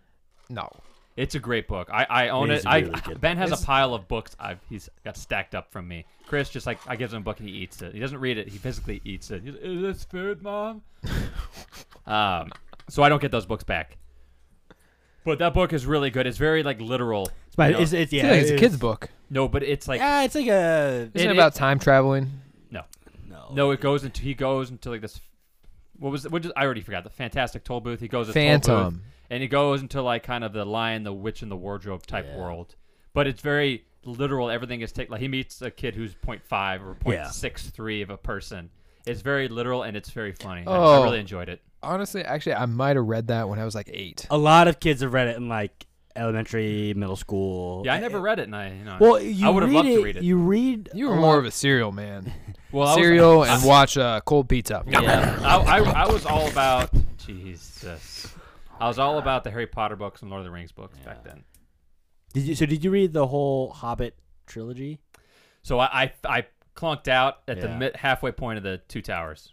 B: No,
A: It's a great book. I, I own
C: It
A: it.
C: is a
A: I,
C: really good
A: ben has a
B: It's-
A: pile of books. I've, he's got stacked up from me. Chris just like I gives him a book and he eats it. He doesn't read it. He physically eats it. He's, Is this food, mom? um, so I don't get those books back. But that book is really good. It's very like literal.
C: It's my,
A: you know?
C: it's, it's, yeah,
B: yeah, it's a
C: it
B: kid's
C: is.
B: book.
A: no, but it's like
C: Yeah, it's like a.
A: It- it-
B: Isn't it, about time traveling?
C: No.
A: no. It goes into he goes into like this. What was what? Did, I already forgot. The fantastic toll booth. He goes to the Toll booth,
B: Phantom.
A: and he goes into like kind of the lion, the witch, and the wardrobe type
C: Yeah.
A: world. But it's very literal. Everything is take like he meets a kid who's 0.5 or
C: Yeah.
A: 0.63 of a person. It's very literal and it's very funny. I- I,
B: Oh.
A: really enjoyed it.
B: Honestly, actually, I might have read that when I was like eight.
C: A lot of kids have read it in like elementary, middle school.
A: Yeah, I never read it, and I you know
C: Well, you
A: I would've
C: read
A: loved
C: it,
A: to read it.
C: You read.
B: You
C: a
B: were
C: lot-
B: more of a cereal man.
A: well, I was-
B: cereal and watch uh, cold pizza.
A: Yeah, I, I, I was all about Jesus. I was all about the Harry Potter books and Lord of the Rings books back then.
C: Did you? So did you read the whole Hobbit trilogy?
A: So I I, I clunked out at the
C: Yeah.
A: mid, halfway point of the two towers.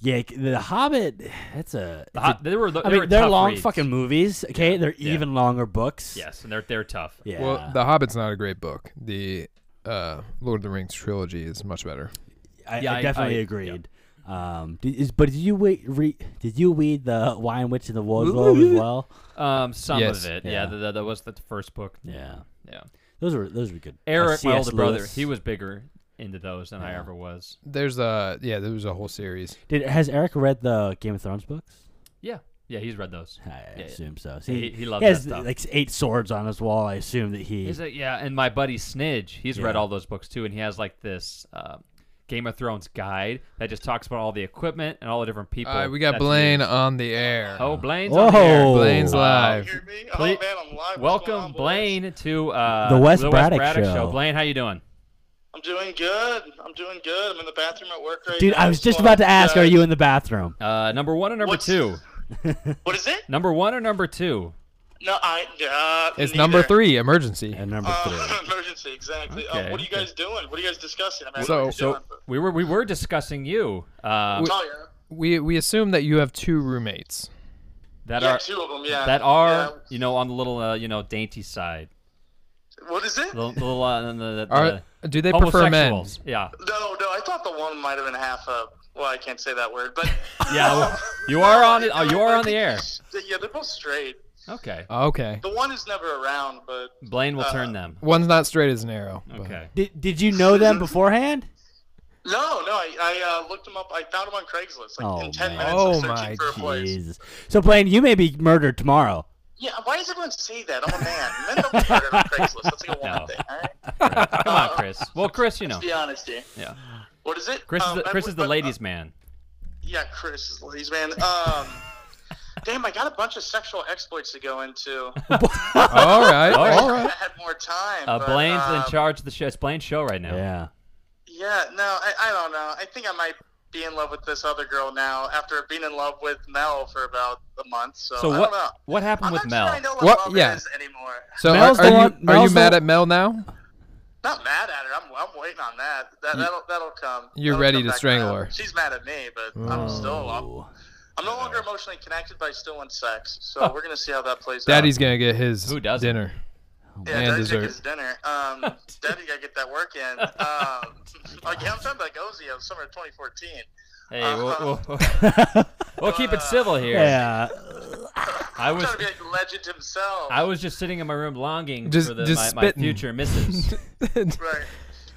C: Yeah, c- the Hobbit. That's a.
A: The,
C: it's
A: hot-
C: a-
A: they were, they
C: I
A: were
C: mean, they're
A: tough
C: long
A: reads.
C: fucking movies. Okay, they're
A: Yeah.
C: even longer books.
A: Yes, and they're they're tough.
C: Yeah.
B: Well, The Hobbit's not a great book. The uh, Lord of the Rings trilogy is much better.
C: I,
A: Yeah,
C: I
A: I-
C: definitely
A: I-
C: agreed. Um, did, is, but did you wait, re, did you read the Wine Witch and the Wardrobe as well?
A: Um, some
B: Yes.
A: of it. Yeah,
C: Yeah.
A: th- th- that was the first book.
C: Yeah,
A: Yeah.
C: those were those were good. Uh,
A: Eric, my
C: C.S.
A: older brother,
C: Lewis.
A: he was bigger into those than I
C: Yeah.
A: ever was.
B: There's a yeah, there was a whole series.
C: Did has Eric read the Game of Thrones books?
A: Yeah, yeah, he's read those.
C: I
A: yeah.
C: assume so. See,
A: He, he loves
C: he has
A: that stuff.
C: like eight swords on his wall. I assume that he.
A: He's a- yeah, and my buddy Snidge, he's read
C: Yeah.
A: all those books too, and he has like this uh, Game of Thrones guide that just talks about all the equipment and all the different people.
B: All right, Uh, we got
A: that's
B: Blaine
A: used.
B: on the air.
A: Oh, Blaine's
C: Whoa.
A: on the air.
B: Blaine's
A: Wow.
B: live.
D: Hear me? Oh,
A: Please-
D: man, I'm live. What's going on,
A: Welcome,
D: boys?
A: Blaine, to uh,
C: The Wes Braddock Show.
A: Blaine, how you doing?
D: I'm doing good. I'm doing good. I'm in the bathroom at work right
C: Dude,
D: now.
C: I was
D: so
C: just
D: I'm
C: about to ask,
D: good.
C: are you in the bathroom?
A: Uh, number one or number
D: What's-
A: two?
D: What is it?
A: Number one or number two?
D: No, I. Uh,
B: It's
D: neither.
B: number three, emergency.
C: At number
D: Uh,
C: three.
D: emergency, exactly.
A: Okay.
D: Uh, what are you guys doing? What are you guys discussing? I mean,
B: So-
D: what are you
A: So
D: doing?
A: we were we were discussing you uh,
B: We-
D: oh, yeah.
B: We we assume that you have two roommates.
A: that
D: yeah,
A: are
D: two of them, yeah.
A: that are you know on the little uh, you know dainty side,
D: Yeah. What is it?
A: the, the little uh, the, the,
B: Are do
A: the
B: they prefer men?
A: homosexuals. Yeah,
D: No, no, I thought the one might have been half a. Well, I can't say that word, but.
A: yeah. well, You are on it. Oh, you are on the air.
D: Yeah, they're both straight.
A: Okay.
B: Okay.
D: The one is never around, but.
A: Blaine will turn them.
B: One's not straight as an arrow. but-
A: Okay.
C: Did, did you know them beforand?
D: No, no, I, I uh, looked him up. I found him on Craigslist. Like
C: Oh,
D: in ten
C: man.
D: minutes, of
B: Oh,
D: searching
B: my
D: for a place.
C: Jesus. So, Blaine, you may be murdered tomorrow.
D: Yeah, why does everyone say that? I'm a man. Men don't get murdered on Craigslist. That's like a woman
A: No.
D: thing. All right?
A: Come on, Chris. Well, Chris, you know.
D: Let's be honest here.
A: Yeah.
D: What is it?
A: Chris is
D: Um,
A: the,
D: I-
A: Chris is the
D: but-
A: ladies' man.
D: uh, yeah, Chris is the ladies man. Um, damn, I got a bunch of sexual exploits to go into.
B: All right.
A: All right.
B: All
D: I
B: right.
D: had more time.
A: Uh,
D: but,
A: Blaine's
D: um,
A: in charge of the show. It's Blaine's show right now.
C: Yeah.
D: Yeah, no, I, I don't know. I think I might be in love with this other girl now after being in love with Mel for about a month. So,
A: So
D: I
A: what
D: don't know.
A: what happened
D: I'm
A: with
D: not
A: Mel?
D: sure I know what,
B: What-
D: love
B: yeah.
D: is anymore.
B: So are,
C: Mel's the
B: are
C: one-
B: you are you
C: Mel's the-
B: mad at Mel now?
D: Not mad at her. I'm, I'm waiting on that. that that'll that'll come.
B: You're
D: That'll
B: ready
D: come
B: to
D: back
B: strangle
D: around.
B: her.
D: She's mad at me, but I'm still. I'm,
A: Oh.
D: I'm no longer emotionally connected, but I still want sex. So we're gonna see how that plays
B: Daddy's gonna get his
A: Uh, Who doesn't?
B: dinner.
D: out.
B: man,
D: Yeah, Daddy's
B: dessert.
D: gonna get his dinner. Um, Daddy gotta get that work in. Um, like yeah, I'm talking about Ozio, summer of 2014.
A: Hey,
D: uh,
A: we'll, we'll, we'll keep it civil here.
C: Yeah.
A: I
D: I'm
A: was
D: trying to be like the legend himself.
A: I was just sitting in my room longing
B: Just-
A: for the,
B: just
A: my, my
B: spitting.
A: future missus.
D: right. Wait,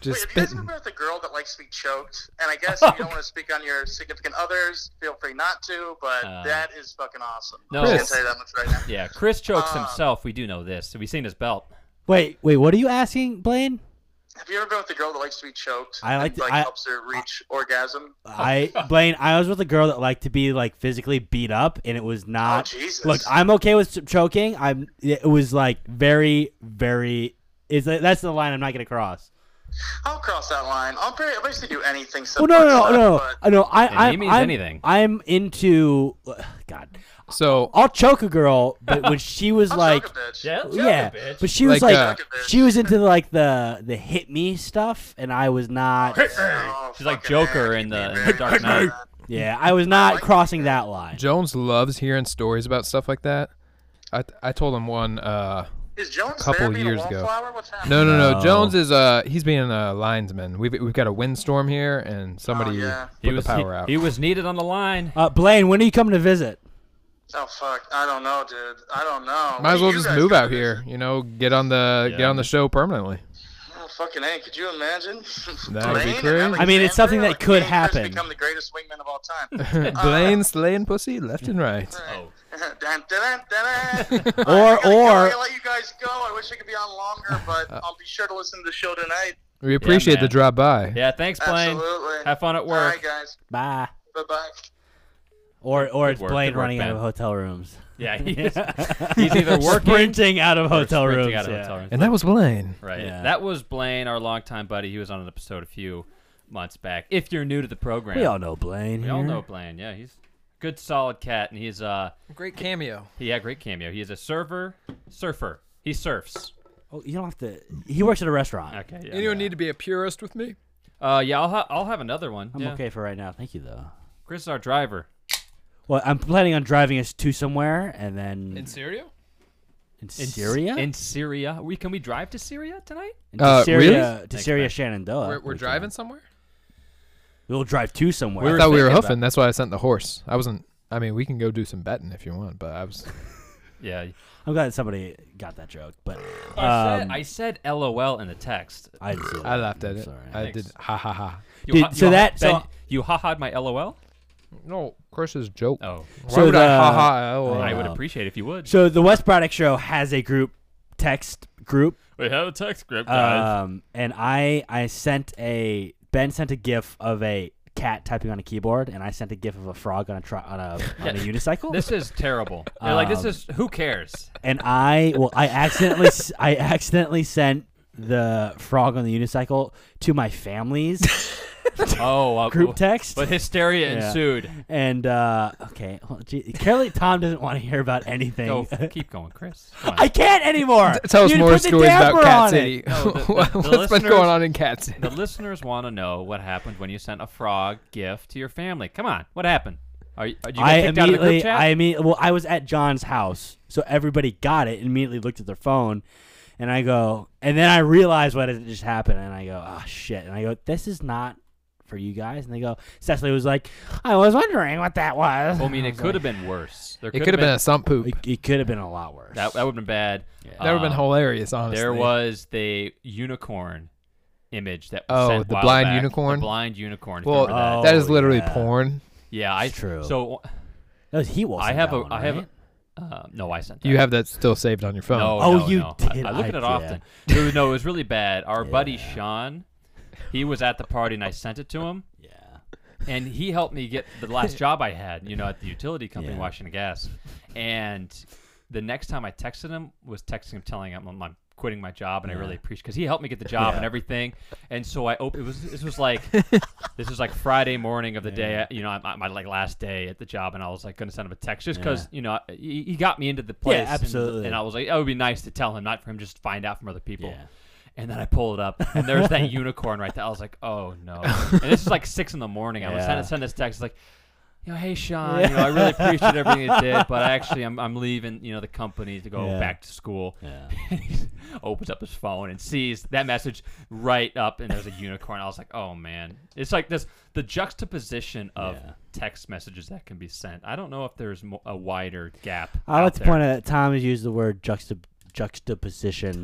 B: Just
D: have you guys ever
B: spitting.
D: been with a girl that likes to be choked? And I guess if you don't want to speak on your significant others, feel free not to, but
A: Uh,
D: that is fucking awesome.
A: no.
D: I'm
B: Chris.
D: just gonna tell you that much right now.
A: Yeah, Chris chokes
D: Uh,
A: himself. We do know this. So we've seen his belt.
C: Wait, wait, what are you asking, Blaine?
D: Have you ever been with a girl that likes to be choked?
C: I like
D: and,
C: to-
D: like
C: I-
D: helps her reach orgasm.
C: I Blaine, I was with a girl that liked to be like physically beat up, and it was
D: Oh
C: not.
D: Jesus!
C: look, I'm okay with ch- choking. I'm. It was like very, very. Is that that's the line I'm not gonna cross.
D: I'll cross that line. I'll pretty, I'll basically do anything.
C: Oh no, no, no, no, no, no! I,
A: And
C: I,
A: he means
C: I'm,
A: anything.
C: I'm into. God,
B: so
C: I'll choke a girl, but when she was
D: I'm
C: like,
D: bitch.
C: yeah, but she was
B: Like,
C: like,
B: uh,
C: she was into like the the hit me stuff, and I was not.
D: Oh,
A: She's like
D: fucking A,
A: Joker in
D: keep me
A: the- in
D: very
A: the Dark
D: much
A: Knight.
D: that.
C: Yeah, I was not crossing that line.
B: Jones loves hearing stories about stuff like that. I I told him one. Uh,
D: Is Jones
B: Couple
D: there being
B: years
D: a
B: ago.
D: wallflower? What's happening?
B: no, no, no,
C: No.
B: Jones is uh he's being a linesman. We've we've got a windstorm here, and somebody
D: Oh, yeah.
B: put
A: He was
B: the power
A: he,
B: out.
A: he was needed on the line.
C: Uh, Blaine, when are you coming to visit?
D: Oh fuck! I don't know, dude. I don't know.
B: Might as well
D: You
B: just
D: guys
B: move
D: got
B: out
D: this.
B: here. You know, get on the get
A: Yeah.
B: on the show permanently.
D: Oh, fucking a! Could you imagine?
B: That would be
D: Blaine and
B: great.
D: Alexander,
C: I mean, it's something that could
D: Blaine Chris
C: happen.
D: Become the greatest wingman of all time.
B: Blaine slaying pussy left and right.
A: Oh.
D: dun, dun, dun, dun.
C: Or- or- Uh,
D: Alright, I gotta go. I gotta let you guys go. I wish I could be on longer, but I'll be sure to listen to the show tonight.
B: We appreciate the
A: man.
B: drop by.
A: Yeah, thanks, Blaine.
D: Absolutely.
A: Have fun at
D: All right,
A: work.
D: guys.
C: Bye.
D: Bye bye.
C: Or or it's
A: work,
C: Blaine
A: good work,
C: running out
A: Ben.
C: of hotel rooms.
A: Yeah, he is, he's either working
C: Sprinting out of
A: or
C: hotel
A: sprinting
C: rooms.
A: out of
C: yeah.
A: hotel rooms.
B: And that was Blaine.
A: Right.
C: Yeah.
A: That was Blaine, our longtime buddy. He was on an episode a few months back. If you're new to the program,
C: We all know Blaine.
A: We all
C: here.
A: know Blaine. Yeah, he's a good, solid cat, and he's uh
B: Great cameo.
A: he had a great cameo. He is a surfer, surfer. He surfs.
C: Oh, you don't have to. He works at a restaurant.
A: Okay. Yeah.
B: Anyone need to be a purist with me?
A: Uh, yeah. I'll ha- I'll have another one.
C: I'm
A: yeah.
C: okay for right now. Thank you though.
A: Chris is our driver.
C: Well, I'm planning on driving us to somewhere and then in,
B: Syria?
C: Syria.
A: In Syria. We can we drive to Syria tonight?
C: Into
B: Uh,
C: Syria, to
A: Thanks,
C: Syria
A: Ben.
C: Shenandoah.
B: We're, we're
C: We can.
B: driving somewhere?
C: We'll drive to somewhere.
B: I thought we were
A: thinking about-
B: hoofing. That's why I sent the horse. I wasn't. I mean, we can go do some betting if you want, but I was.
A: Yeah.
C: I'm glad somebody got that joke, but
A: I, said,
C: um,
A: I said LOL in the text.
C: I, didn't see that.
B: I laughed at
C: I'm
B: it.
C: sorry.
B: I
A: Thanks.
B: did. Ha ha ha.
A: You
C: Did-
A: ha-
C: so
A: you ha-
C: that- so-
A: Ben, you ha ha'd my LOL.
B: No, Chris's joke.
A: Oh,
B: Why
C: So
B: would I
C: the-
B: ha ha? Oh,
A: I
B: well.
A: would
C: Um,
A: appreciate if you would.
C: So the West Product Show has a group text group,
A: we have a text script,
C: um, and I I sent a Ben sent a GIF of a cat typing on a keyboard, and I sent a GIF of a frog on a tri- on a on a unicycle.
A: This is terrible. They're like, this
C: Um,
A: is who cares?
C: and I well I accidentally s- I accidentally sent the frog on the unicycle to my family's
A: Oh, uh,
C: group
A: w-
C: text.
A: But hysteria
C: Yeah.
A: ensued.
C: and uh, okay, well, gee, clearly Tom doesn't want to hear about anything.
A: Go, keep going, Chris. Come on.
C: I can't anymore.
B: Tell
C: You
B: us
C: need to
B: more
C: put the
B: stories about
C: damper
B: Cat
C: on it.
B: City.
A: No, the- the-
B: What-
A: the
B: What's been
A: listeners-
B: going on in Cat City?
A: the listeners want to know what happened when you sent a frog gift to your family. Come on, what happened? Are you, are you
C: I
A: kicked out of the group
C: immediately,
A: chat?
C: I immediately, well, I was at John's house, so everybody got it. and Immediately looked at their phone, and I go, and then I realized what had just happened, and I go, oh shit, and I go, this is not for you guys, and they go, Cecily was like, I was wondering what that was.
A: I mean, it
C: was
A: could have
C: like,
A: been worse. There
B: It could have been a sump poop.
C: It, it could have been a lot worse.
A: that. That would have been bad. Uh, Yeah.
B: That would have been hilarious, honestly.
A: Ah, There was the unicorn image that. Was
B: Oh,
A: sent
B: the
A: a while
B: blind
A: back.
B: unicorn?
A: The blind unicorn. if you
B: Well,
A: remember that.
C: Oh,
B: that is literally
C: yeah.
B: porn.
A: yeah, I
C: it's true.
A: So
C: that was he was.
A: I have
C: that
A: a.
C: one,
A: I have.
C: right?
A: A, uh, no, I sent. That.
B: You have that still saved on your phone.
A: No,
C: Oh,
A: no,
C: you
A: no.
C: did.
A: I, I look
C: I-
A: at it
C: yeah.
A: often. It was- no, it was really bad. Our buddy Sean, he was at the party and I sent it to him,
C: yeah.
A: and he helped me get the last job I had, you know, at the utility company,
C: Yeah.
A: Washington Gas. And the next time I texted him was texting him telling him I'm, I'm quitting my job and I really appreciate because he helped me get the job and everything. And so I opened it was this was like this was like Friday morning of the day, you know, my, my like last day at the job, and I was like going to send him a text just because you know he, he got me into the place. and-
C: absolutely.
A: and I was like, it would be nice to tell him, not for him just to find out from other people.
C: Yeah.
A: And then I pull it up, and there's that unicorn right there. I was like, oh no. And this is like six in the morning. I was
C: Yeah.
A: sending send this text like, you know, hey Sean, you know, I really appreciate everything you did, but actually, I'm I'm leaving, you know, the company to go
C: Yeah.
A: back to school.
C: Yeah.
A: And he opens up his phone and sees that message right up, and there's a unicorn. I was like, oh man, it's like this the juxtaposition of
C: Yeah.
A: text messages that can be sent. I don't know if there's mo- a wider gap.
C: I
A: out
C: like to
A: there.
C: point out that Tom has used the word juxta juxtaposition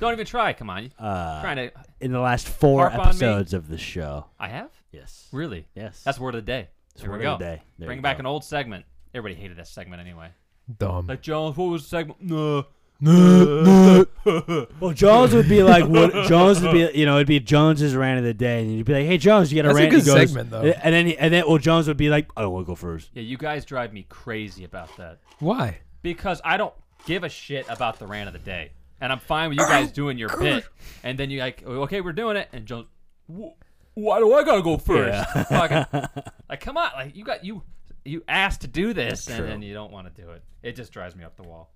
A: Don't even try. Come on. You're
C: uh,
A: trying to.
C: in the last four
A: Harp on me.
C: episodes of the show.
A: I have?
C: Yes.
A: Really?
C: Yes.
A: That's word of the day.
C: It's
A: Here
C: word
A: we
C: of
A: go.
C: the day. There
A: Bring
C: you
A: back
C: go.
A: an old segment. Everybody hated that segment anyway.
B: Dumb.
A: Like, uh, Jones, what was the segment? No.
C: Well, Jones would be like, what, Jones would be, you know, it'd be Jones's rant of the day, and you'd be like, "Hey, Jones, you got a
B: That's a
C: rant."
B: good
C: He goes-
B: segment, though.
C: And then, he- and then, well, Jones would be like, "I don't want to go first.
A: Yeah, you guys drive me crazy about that
B: Why?
A: because I don't give a shit about the rant of the day, and I'm fine with you guys doing your bit. And then you're like, okay, we're doing it, and Jones, "Wh- why do I gotta go first? Fucking- like, come on, like you got you you asked to do this, and then you don't want to do it. It just drives me up the wall.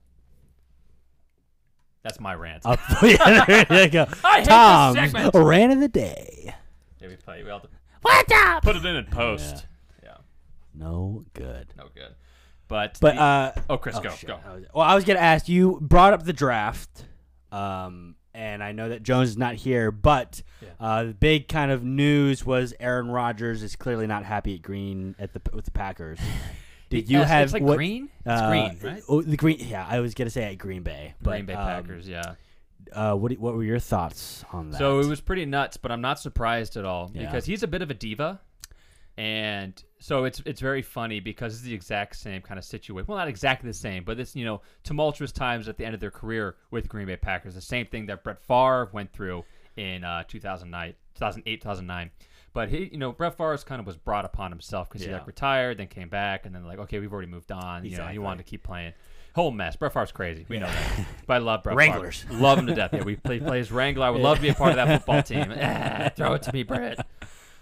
A: That's my rant.
C: Up, yeah, there you go.
A: I hate this
C: Tom's
A: segment.
C: rant of the day.
A: yeah, we play. We all have to
C: What's up?
A: put it in and post. Yeah,
C: No good.
A: no good. But
C: But
A: the-
C: uh,
A: oh, Chris,
C: oh,
A: go
C: shit.
A: go.
C: I was- Well, I was gonna ask. You brought up the draft, um, and I know that Jones is not here, but uh, the big kind of news was Aaron Rodgers is clearly not happy at Green at the with the Packers. Did you
A: Yes,
C: have
A: it's like
C: what-
A: green? It's
C: uh,
A: green, right?
C: Oh, the green. Yeah, I was gonna say at Green Bay, but
A: Green Bay
C: um,
A: Packers, yeah.
C: Uh, what do- what were your thoughts on that?
A: So it was pretty nuts, but I'm not surprised at all
C: Yeah.
A: because he's a bit of a diva, and so it's it's very funny because it's the exact same kind of situation. Well, not exactly the same, but it's you know tumultuous times at the end of their career with Green Bay Packers. The same thing that Brett Favre went through in uh, 2009, 2008, 2009. But he, you know, Brett Favre kind of was brought upon himself because he
C: Yeah.
A: like retired, then came back, and then like, okay, we've already moved on. You know, he
C: Exactly.
A: wanted to keep playing. Whole mess. Brett Favre's crazy. We know that. But I love Brett Favre.
C: Wranglers.
A: Love him to death. Yeah, we play plays Wrangler. I would love to be a part of that football team. Ah, throw it to me, Brett.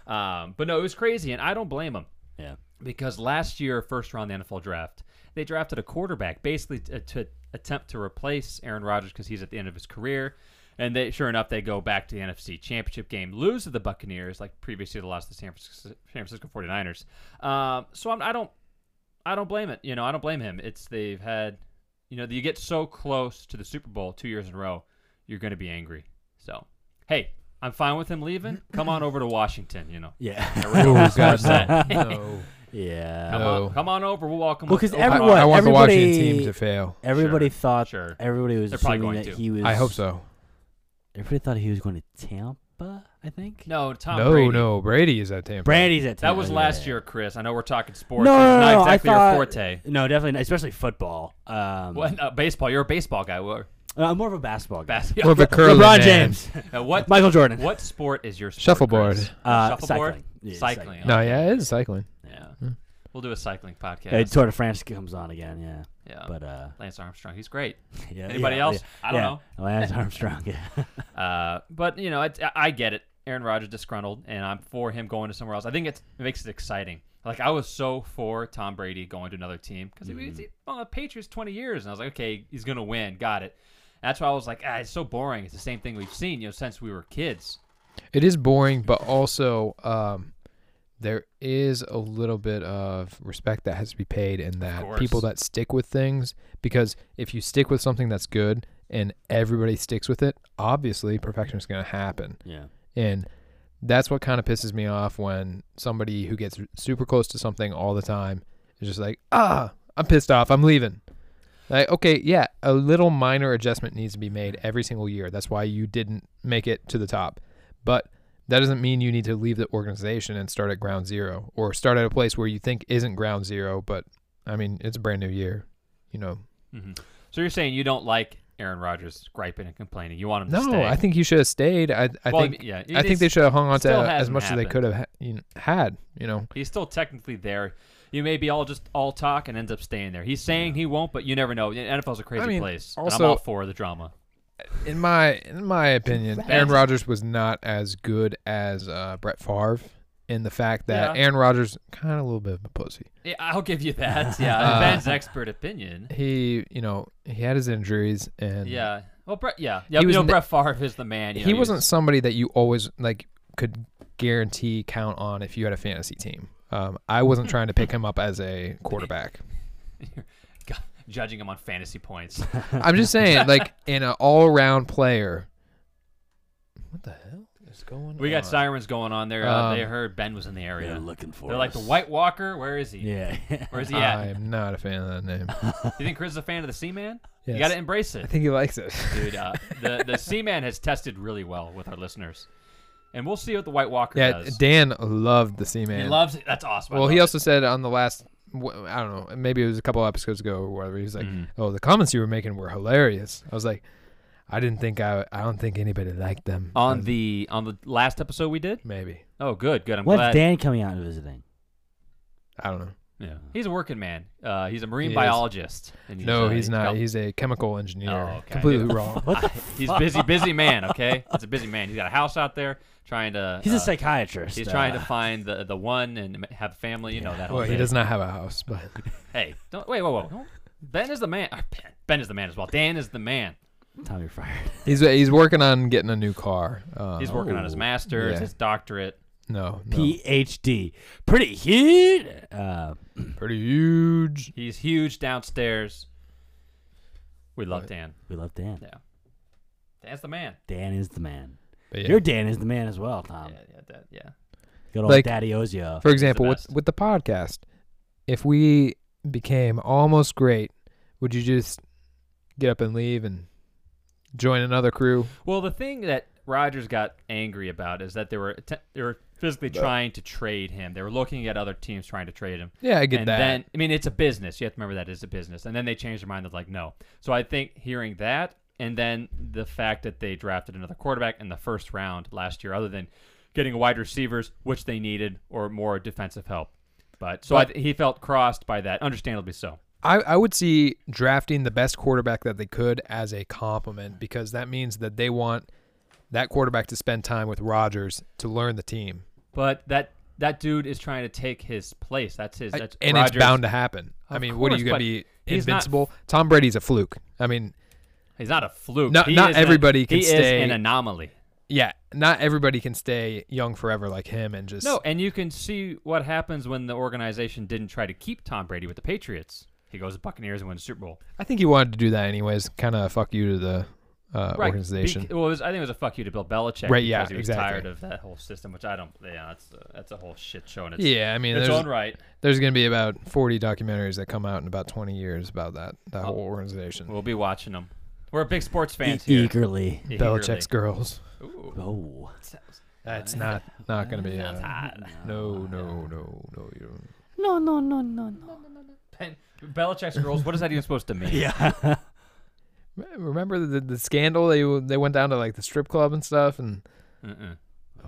A: Um, but no, it was crazy, and I don't blame him
C: yeah.
A: because last year, first round of the NFL draft, they drafted a quarterback basically to, to attempt to replace Aaron Rodgers because he's at the end of his career. And they, sure enough, they go back to the NFC Championship game, lose to the Buccaneers, like previously they lost to the San Francisco, San Francisco 49ers. Um, so I'm, I don't, I don't blame it. You know, I don't blame him. It's they've had, you know, you get so close to the Super Bowl two years in a row, you're going to be angry. So, hey, I'm fine with him leaving. Come on over to Washington. You know,
C: Yeah.
B: Oh God,
A: upset.
B: no. no.
C: yeah.
A: come,
B: No.
A: on, come on over. We'll welcome.
C: Well, 'cause
A: oh,
B: I,
A: come
C: everyone-
A: on.
B: I want the Washington
C: everybody-
B: team to fail.
C: Everybody
A: Sure.
C: thought.
A: Sure.
C: Everybody was
A: They're probably
C: assuming
A: going
C: that
A: to.
C: he was.
B: I hope so.
C: Everybody thought he was going to Tampa. I think.
A: No, Tom
B: no,
A: Brady.
B: no, Brady is at Tampa.
C: Brady's at Tampa.
A: That was
C: yeah,
A: last
C: yeah.
A: year, Chris. I know we're talking
C: No,
A: sports.
C: no,
A: it's not
C: no, no,
A: exactly
C: I
A: your
C: thought,
A: forte.
C: No, definitely, not, especially football. Um,
A: Well, no, baseball. You're a baseball guy. What,
C: uh, more of a basketball guy.
A: basketball.
B: More of a curling
C: LeBron
B: man.
C: James,
A: Uh, what
C: Michael Jordan,
A: what sport is your sport,
B: Shuffleboard.
A: Chris?
C: Uh,
A: Shuffleboard.
C: cycling. Yeah,
A: cycling.
B: No, yeah, it is cycling.
A: Yeah.
B: Hmm.
A: We'll do a cycling podcast.
C: Uh, Tour de France comes on again. Yeah,
A: yeah.
C: but uh,
A: Lance Armstrong. He's great.
C: yeah,
A: Oh. Anybody
C: yeah,
A: else?
C: yeah,
A: I don't
C: yeah. Lance Armstrong. Yeah.
A: know. Uh, but you know, it's, I- I get it. Aaron Rodgers disgruntled, and I'm for him going to somewhere else. I think it's, it makes it exciting. Like I was so for Tom Brady going to another team because he was on the Patriots 20 years, and I was like, okay, he's gonna win. Got it. That's why I was like, ah, it's so boring. It's the same thing we've seen, you know, since we were kids.
B: It is boring, but also um, there is a little bit of respect that has to be paid in that
A: course.
B: people that stick with things because if you stick with something that's good and everybody sticks with it, obviously perfection is going to happen.
C: yeah.
B: And that's what kind of pisses me off when somebody who gets super close to something all the time is just like, "Ah, I'm pissed off. I'm leaving." Like, okay, yeah, a little minor adjustment needs to be made every single year. That's why you didn't make it to the top. But that doesn't mean you need to leave the organization and start at ground zero or start at a place where you think isn't ground zero, but I mean, it's a brand new year, you know.
A: So you're saying you don't like Aaron Rodgers griping and complaining. You want him
B: No,
A: to stay?
B: I think you should have stayed. I I
A: Well,
B: think
A: yeah,
B: I
A: it
B: think
A: is-
B: they should have hung on to
A: still
B: as
A: hasn't
B: much as they
A: happened.
B: could have ha- you know, had, you know.
A: He's still technically there. You may be all just all talk and ends up staying there. He's saying he won't, but you never know. The NFL's a crazy
B: mean,
A: place. and
B: also-
A: I'm all for the drama.
B: In my in my opinion, Aaron Rodgers was not as good as uh, Brett Favre in the fact that
A: Yeah.
B: Aaron Rodgers kind of a little bit of a pussy.
A: Yeah, I'll give you that. Yeah,
B: Uh,
A: Ben's expert opinion.
B: He, you know, he had his injuries and
A: Yeah. Well, Brett. Yeah. Yeah.
B: was
A: you know,
B: ne-
A: Brett Favre is the man. You know,
B: he wasn't
A: he's-
B: somebody that you always like could guarantee count on if you had a fantasy team. Um, I wasn't trying to pick him up as a quarterback.
A: God, judging him on fantasy points.
B: I'm just saying, like in an all-around player. What the hell is going
A: We
B: on?
A: got sirens going on there. Uh, they
B: Um,
A: heard Ben was in the area.
C: They're looking for.
A: They're like the
C: us.
A: White Walker. Where is he?
C: Yeah.
A: Where's he at?
B: I'm not a fan of that name.
A: Do you think Chris is a fan of the Seaman?
B: Yes.
A: You got to embrace it.
B: I think he likes it.
A: dude. Uh, the the Seaman has tested really well with our listeners, and we'll see what the White Walker
B: yeah,
A: does.
B: Dan loved the Seaman.
A: He loves it. That's awesome. I
B: Well, he
A: love
B: also said on the last, wh- I don't know, maybe it was a couple episodes ago or whatever. He was like,
A: Mhm.
B: "Oh, the comments you were making were hilarious." I was like, "I didn't think I, I don't think anybody liked them."
A: it. on the on the last episode we did.
B: maybe
A: Oh, good, good. I'm
C: When's
A: glad.
C: Dan coming out and visiting?
B: I don't know.
A: Yeah, he's a working man. Uh, he's a marine
B: He is.
A: biologist. and
B: no,
A: uh,
B: he's not.
A: got-
B: He's a chemical engineer.
A: Oh, okay.
B: Completely wrong.
C: What the
A: he's
C: fuck?
A: busy, busy man. Okay, he's a busy man. He's got a house out there trying to.
C: He's
A: uh,
C: a psychiatrist.
A: He's
C: uh,
A: trying to find the the one and m- have a family. You know that. Whole
B: Well, he
A: thing.
B: does not have a house, but
A: Hey, don't wait. Whoa, whoa. Don't- Ben is the man. or Ben, Ben is the man as well. Dan is the man.
C: Tom, you're fired.
B: he's he's working on getting a new car. Uh,
A: He's working on his
C: Oh,
A: master's,
B: yeah.
A: his doctorate.
B: No, no.
C: PhD. Pretty huge. Uh,
B: pretty huge.
A: He's huge downstairs. We love
B: Right.
A: Dan.
C: we love Dan.
A: Yeah. Dan's the man.
C: Dan is the man.
B: But yeah.
C: Your Dan is the man as well,
B: Um,
C: Tom.
A: yeah, yeah, that, yeah.
C: Good old
B: Like-
C: Daddy Ozio.
B: For example, with
A: best.
B: with the podcast, if we became almost great, would you just get up and leave and join another crew?
A: Well, the thing that Rogers got angry about is that they were atten- they were physically trying to trade him. They were looking at other teams trying to trade him.
B: Yeah, I get
A: and
B: that.
A: then I mean it's a business. You have to remember that it's a business. And then they changed their mind. They're like, no. So I think hearing that, and then the fact that they drafted another quarterback in the first round last year, other than getting wide receivers, which they needed, or more defensive help. But so I, he felt crossed by that, understandably so.
B: I, I would see drafting the best quarterback that they could as a compliment because that means that they want that quarterback to spend time with Rodgers to learn the team.
A: But that that dude is trying to take his place. That's his.
B: I-
A: That's
B: and
A: Rodgers.
B: it's bound to happen. I
A: Of
B: mean, what are
A: course,
B: you going
A: but
B: to be
A: he's not-
B: invincible? Tom Brady's a fluke. I mean,
A: He's not a fluke.
B: Not-
A: He
B: not
A: is an-
B: everybody can
A: he
B: stay-
A: is an anomaly.
B: yeah, not everybody can stay young forever like him and just
A: No, and you can see what happens when the organization didn't try to keep Tom Brady with the Patriots. He goes to Buccaneers and wins the Super Bowl.
B: I think he wanted to do that anyways. Kind of fuck you to the uh, organization.
A: Bec- well, it was, I think it was a fuck you to Bill Belichick.
B: Right, yeah,
A: because he was
B: exactly.
A: tired of that whole system, which I don't. Yeah, that's uh, that's a whole shit show in its,
B: yeah, I mean,
A: its
B: there's,
A: own right.
B: there's going to be about 40 documentaries that come out in about 20 years about that that whole organization.
A: Oh. We'll be watching them. We're big sports fans
C: E-
A: here.
C: eagerly.
B: Belichick's girls.
A: Ooh,
C: Oh.
B: That's not not going to be.
A: that's
B: Uh,
A: hot.
B: no, no, no, no. You don't.
C: No, no, no, no, no.
A: Ben- Belichick's girls. What is that even supposed to mean?
C: Yeah.
B: Re- Remember the the scandal? They w- they went down to like the strip club and stuff, and
A: Mm-mm.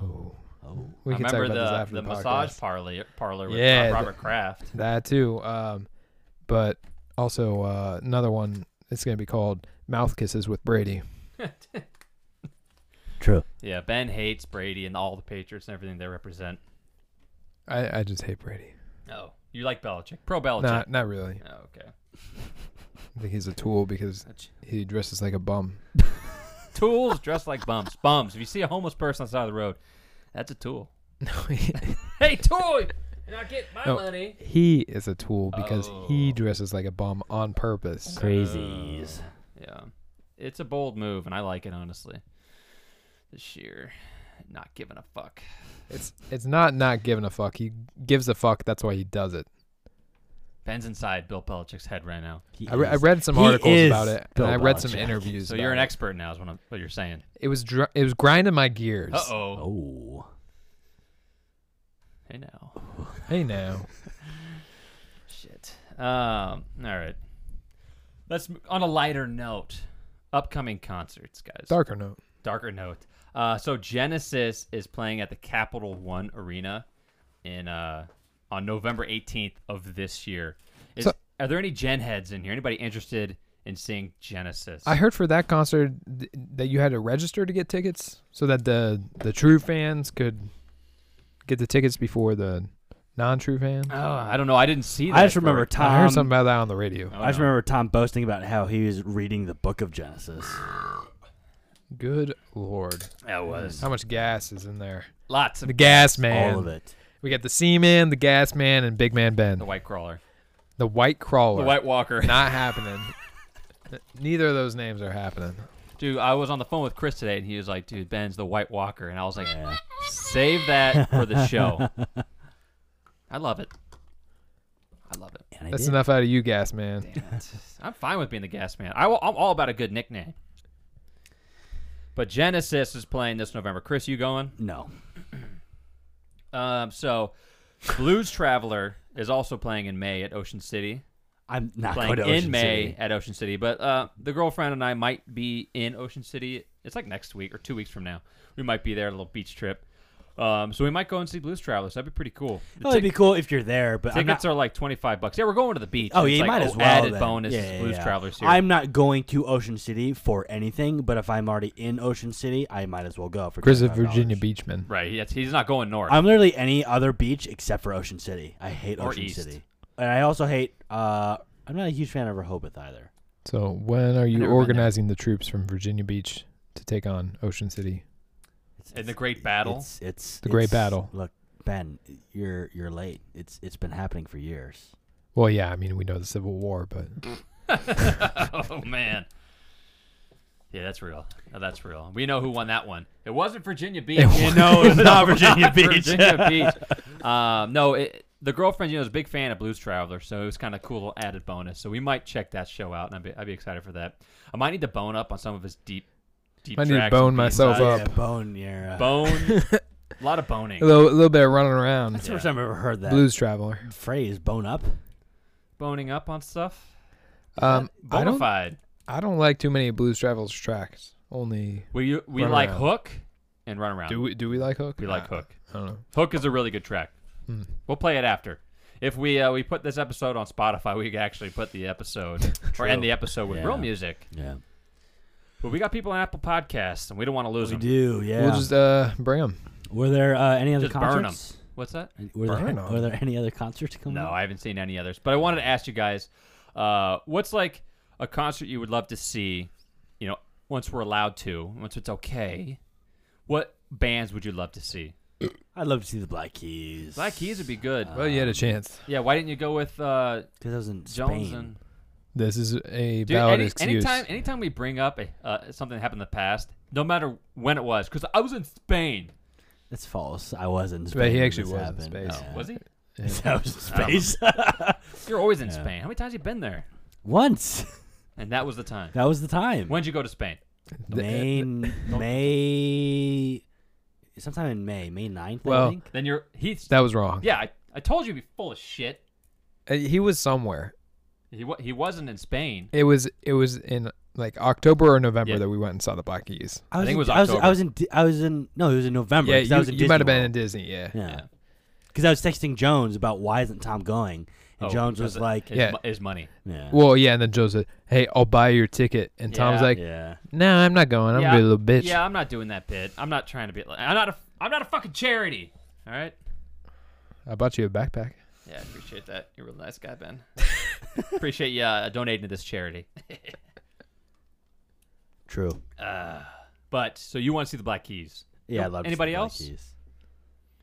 B: oh,
C: oh.
B: we
A: I
B: can talk about
A: remember
B: this
A: the
B: after
A: the,
B: the,
A: massage
B: podcast.
A: parlor parlor with
B: Yeah,
A: Ro-
B: the-
A: Robert Kraft.
B: That too. Um, but also uh, another one. It's going to be called Mouth Kisses with Brady.
C: True.
A: Yeah, Ben hates Brady and all the Patriots and everything they represent.
B: I, I just hate Brady.
A: Oh, you like Belichick? Pro Belichick?
B: Not not really.
A: Oh, okay.
B: I think he's a tool because he dresses like a bum.
A: Tools dressed like bums. Bums. If you see a homeless person on the side of the road, that's a tool.
B: No, he,
A: Hey, tool! And I get my
B: No.
A: money.
B: he is a tool because he
A: Oh.
B: dresses like a bum on purpose.
C: Crazies.
A: Yeah, it's a bold move, and I like it honestly. This year, not giving a fuck.
B: It's it's not not giving a fuck. He gives a fuck. That's why he does it.
A: Ben's inside Bill Belichick's head right now.
C: He
B: I, re- I
C: is-
B: read some
C: He
B: articles
C: is
B: about it.
C: Bill
B: and I read some
C: Belichick.
B: interviews.
A: So you're an
B: about it.
A: expert now, is what, I'm, what you're saying.
B: It was dr- it was grinding my gears.
A: Uh oh.
C: Oh.
A: Hey now.
B: Hey now,
A: Shit. Um. All right. Let's m- on a lighter note. Upcoming concerts, guys.
B: darker note.
A: Darker note. Uh, so Genesis is playing at the Capital One Arena in uh on November 18th of this year. Is,
B: So-
A: are there any Gen heads in here? Anybody interested in seeing Genesis?
B: I heard for that concert th- that you had to register to get tickets, so that the the true fans could get the tickets before the non-true fans.
A: oh, I don't know. I didn't see that.
C: I just
A: for-
C: remember Tom.
B: I heard something about that on the radio.
A: Oh,
C: I just
A: no.
C: remember Tom boasting about how he was reading the book of Genesis.
B: Good lord.
A: That was
B: How much gas is in there?
A: lots of
B: Mm. The gas man.
C: All of it.
B: We got the Seaman, the Gas Man, and Big Man Ben.
A: the White Crawler,
B: The White Crawler.
A: the White Walker.
B: Not happening. Neither of those names are happening.
A: Dude, I was on the phone with Chris today, and he was like, "Dude, Ben's the White Walker," and I was like, "Save that for the show." I love it. I love it.
C: And I
B: That's
C: did.
B: enough out of you, gas man.
A: I'm fine with being the gas man. I, am all about a good nickname. But Genesis is playing this November. Chris, you going?
C: No.
A: Um, so Blues Traveler is also playing in May at Ocean City.
C: I'm not
A: playing
C: going to
A: in
C: Ocean
A: May
C: City.
A: at Ocean City. But uh, the girlfriend and I might be in Ocean City. It's like next week or two weeks from now. We might be there, a little beach trip. Um, so we might go and see Blues Travelers. That'd be pretty cool. The
C: Oh, it'd
A: tic-
C: be cool if you're there, but I'm
A: tickets
C: not.
A: are like twenty five bucks. Yeah, we're going to the beach.
C: Oh,
A: It's
C: yeah, you
A: like,
C: might as
A: oh,
C: well.
A: Added
C: then.
A: bonus
C: Yeah,
A: is
C: yeah,
A: Blues
C: yeah.
A: Travelers here.
C: I'm not going to Ocean City for anything, but if I'm already in Ocean City, I might as well go for.
B: Chris of
C: $25.
B: Virginia Beachman.
A: right. Yes, he's not going north.
C: I'm literally any other beach except for Ocean City. I hate
A: Or
C: Ocean
A: east.
C: City, and I also hate. Uh, I'm not a huge fan of Rehoboth either.
B: So when are
A: never
B: you
A: been there.
B: organizing the troops from Virginia Beach to take on Ocean City?
C: It's,
A: In the great battle?
C: It's it's
B: The great
C: it's-
B: battle.
C: Look, Ben, you're you're late. It's it's been happening for years.
B: Well, yeah, I mean we know the Civil War, but
A: oh man. Yeah, that's real. Oh, that's real. We know who won that one. It wasn't Virginia Beach.
B: wasn't.
C: No, it's not Virginia Beach.
A: Virginia Beach. Um, no, it, the girlfriend, you know, is a big fan of Blues Traveler, so it was kind of cool little added bonus. So we might check that show out, and I'd be, I'd be excited for that. I might need to bone up on some of his deep, deep.
B: I need to
A: tracks
B: bone
A: and
B: myself
A: B-sides.
B: up.
C: Yeah, bone near. Uh,
A: Bone. a lot of boning.
B: a little, a little bit of running around.
C: That's the first time I've ever heard that
B: Blues traveler.
C: phrase. Bone up.
A: Boning up on stuff.
B: Um, I don't,
A: Bonafide.
B: I don't like too many of Blues Traveler's tracks. Only
A: We you, we
B: Run
A: like
B: around.
A: Hook and Run Around.
B: do we do we like Hook?
A: we like
B: Uh,
A: Hook.
B: I don't know.
A: Hook is a really good track.
B: Hmm.
A: We'll play it after. If we uh, we put this episode on Spotify, we could actually put the episode or end the episode with
C: Yeah.
A: real music.
C: Yeah.
A: But we got people on Apple Podcasts, and we don't want to lose
C: We
A: them.
C: do, yeah.
B: We'll just uh bring 'em.
C: were there uh, any other
A: Just burn 'em.
C: concerts?
A: What's that?
C: Were,
B: Burn
C: there,
B: 'em.
C: were there any other concerts
B: Mm-hmm.
C: coming
A: No,
C: up?
A: I haven't seen any others. But I wanted to ask you guys, uh, what's like a concert you would love to see? You know, once we're allowed to, once it's okay, what bands would you love to see?
C: I'd love to see the Black Keys.
A: Black Keys would be good.
B: Well, you had a chance.
A: yeah, why didn't you go with uh,
C: Because I was in
A: Jones
C: Spain.
A: and
B: This is a
A: Dude,
B: valid
A: any-
B: excuse.
A: anytime, anytime we bring up a, uh, something that happened in the past, no matter when it was, because I was in Spain.
C: That's false. I was in Spain.
B: But he
C: when
B: actually
C: this
B: was in
C: happened.
B: space.
A: Oh, was he? Oh.
C: I was in space.
A: You're always in
C: Yeah.
A: Spain. How many times have you been there?
C: Once.
A: And that was the time.
C: That was the time.
A: When'd you go to Spain?
B: The- uh,
C: May, May, sometime in May, May 9th, I
B: Well,
C: think.
A: Then you're he's
B: that was wrong.
A: yeah. I, I told you he'd be full of shit.
B: Uh, He was somewhere.
A: He wa- he wasn't in Spain.
B: It was it was in like October or November
A: Yeah.
B: that we went and saw the Black Keys.
A: I think it was
C: in, I was,
A: October.
C: I was in. I was in. No, it was in November.
B: Yeah,
C: 'cause I
B: you,
C: was in
B: you might have
C: Disney
B: been in
C: World.
B: Disney. Yeah.
A: Yeah.
C: Yeah. Because I was texting Jones about why isn't Tom going, and
A: Oh,
C: Jones
A: because
C: was
A: of
C: like,
A: his,
B: Yeah.
A: mo- his money.
C: yeah.
B: Well, yeah, and then Joe said, "Hey, I'll buy your ticket," and Tom's
A: Yeah.
B: like,
C: yeah.
B: "No, I'm not going. I'm
A: yeah,
B: gonna be a little bitch."
A: Yeah, I'm not doing that bit. I'm not trying to be. Like, I'm not a I'm not a fucking charity. All right.
B: I bought you a backpack.
A: Yeah, I appreciate that. You're a real nice guy, Ben. appreciate you uh, donating to this charity.
C: True.
A: Uh, but so you want to see the Black Keys?
C: Yeah, I
A: Nope.
C: love
A: Anybody
C: Black
A: else?
C: Keys.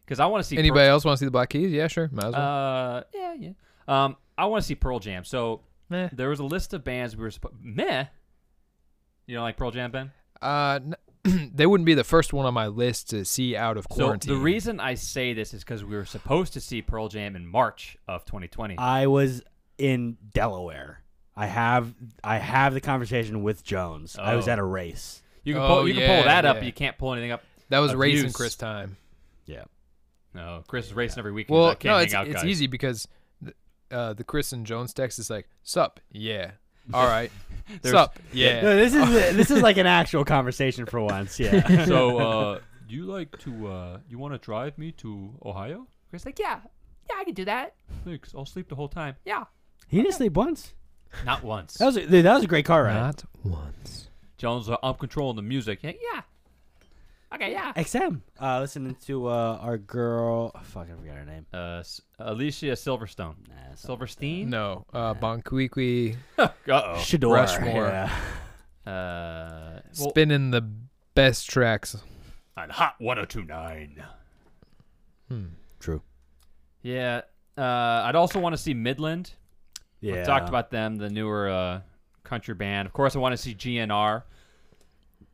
A: Because I want to see
B: Anybody else want to see the Black Keys? Yeah, sure. Might as
A: Pearl,
B: well.
A: uh, yeah, yeah. Um, I want to see Pearl Jam. So
B: Meh.
A: there was a list of bands we were supposed. Meh. You don't like Pearl Jam, Ben?
B: Uh, n- they wouldn't be the first one on my list to see out of quarantine.
A: So the reason I say this is because we were supposed to see Pearl Jam in March of 2020.
B: Ah,
C: I was in Delaware. I have I have the conversation with Jones. I was
A: Oh.
C: at a race.
A: you can
B: Oh,
A: pull, you can
B: yeah,
A: pull that up.
B: yeah.
A: You can't pull anything up.
B: that was
A: of
B: race
A: use.
B: and Chris time.
C: Yeah.
A: No, Chris is racing every weekend. I
B: Well,
A: can't
B: no,
A: hang
B: it's,
A: out,
B: it's
A: guys.
B: easy because the, uh, the Chris and Jones text is like, "Sup? Yeah. All right.
A: There's-
B: Sup? Yeah.
C: No, this is this is like an actual conversation for once. Yeah.
A: So uh, do you like to? Uh, you want to drive me to Ohio? Chris like, yeah, yeah, I can do that. Thanks. I'll sleep the whole time. Yeah.
C: he didn't sleep once.
A: Not once.
C: That was a, dude, that was a great car ride.
B: Not once.
A: Jones, uh, I'm controlling the music. Yeah. yeah. Okay, yeah.
C: XM. Uh, listening to uh, our girl. Oh, fuck, I forgot her name.
A: Uh, S- Alicia Silverstone.
C: Nah, it's not-
A: Silverstein?
B: No. Uh, Bonquiqui
A: Uh-oh.
C: Shador.
B: Rushmore.
C: Yeah.
A: Uh, well,
B: spinning the best tracks.
A: on Hot 1029.
C: True.
A: Yeah. Uh, I'd also want to see Midland.
C: Yeah.
A: We've talked about them, the newer uh, country band. Of course, I want to see GNR.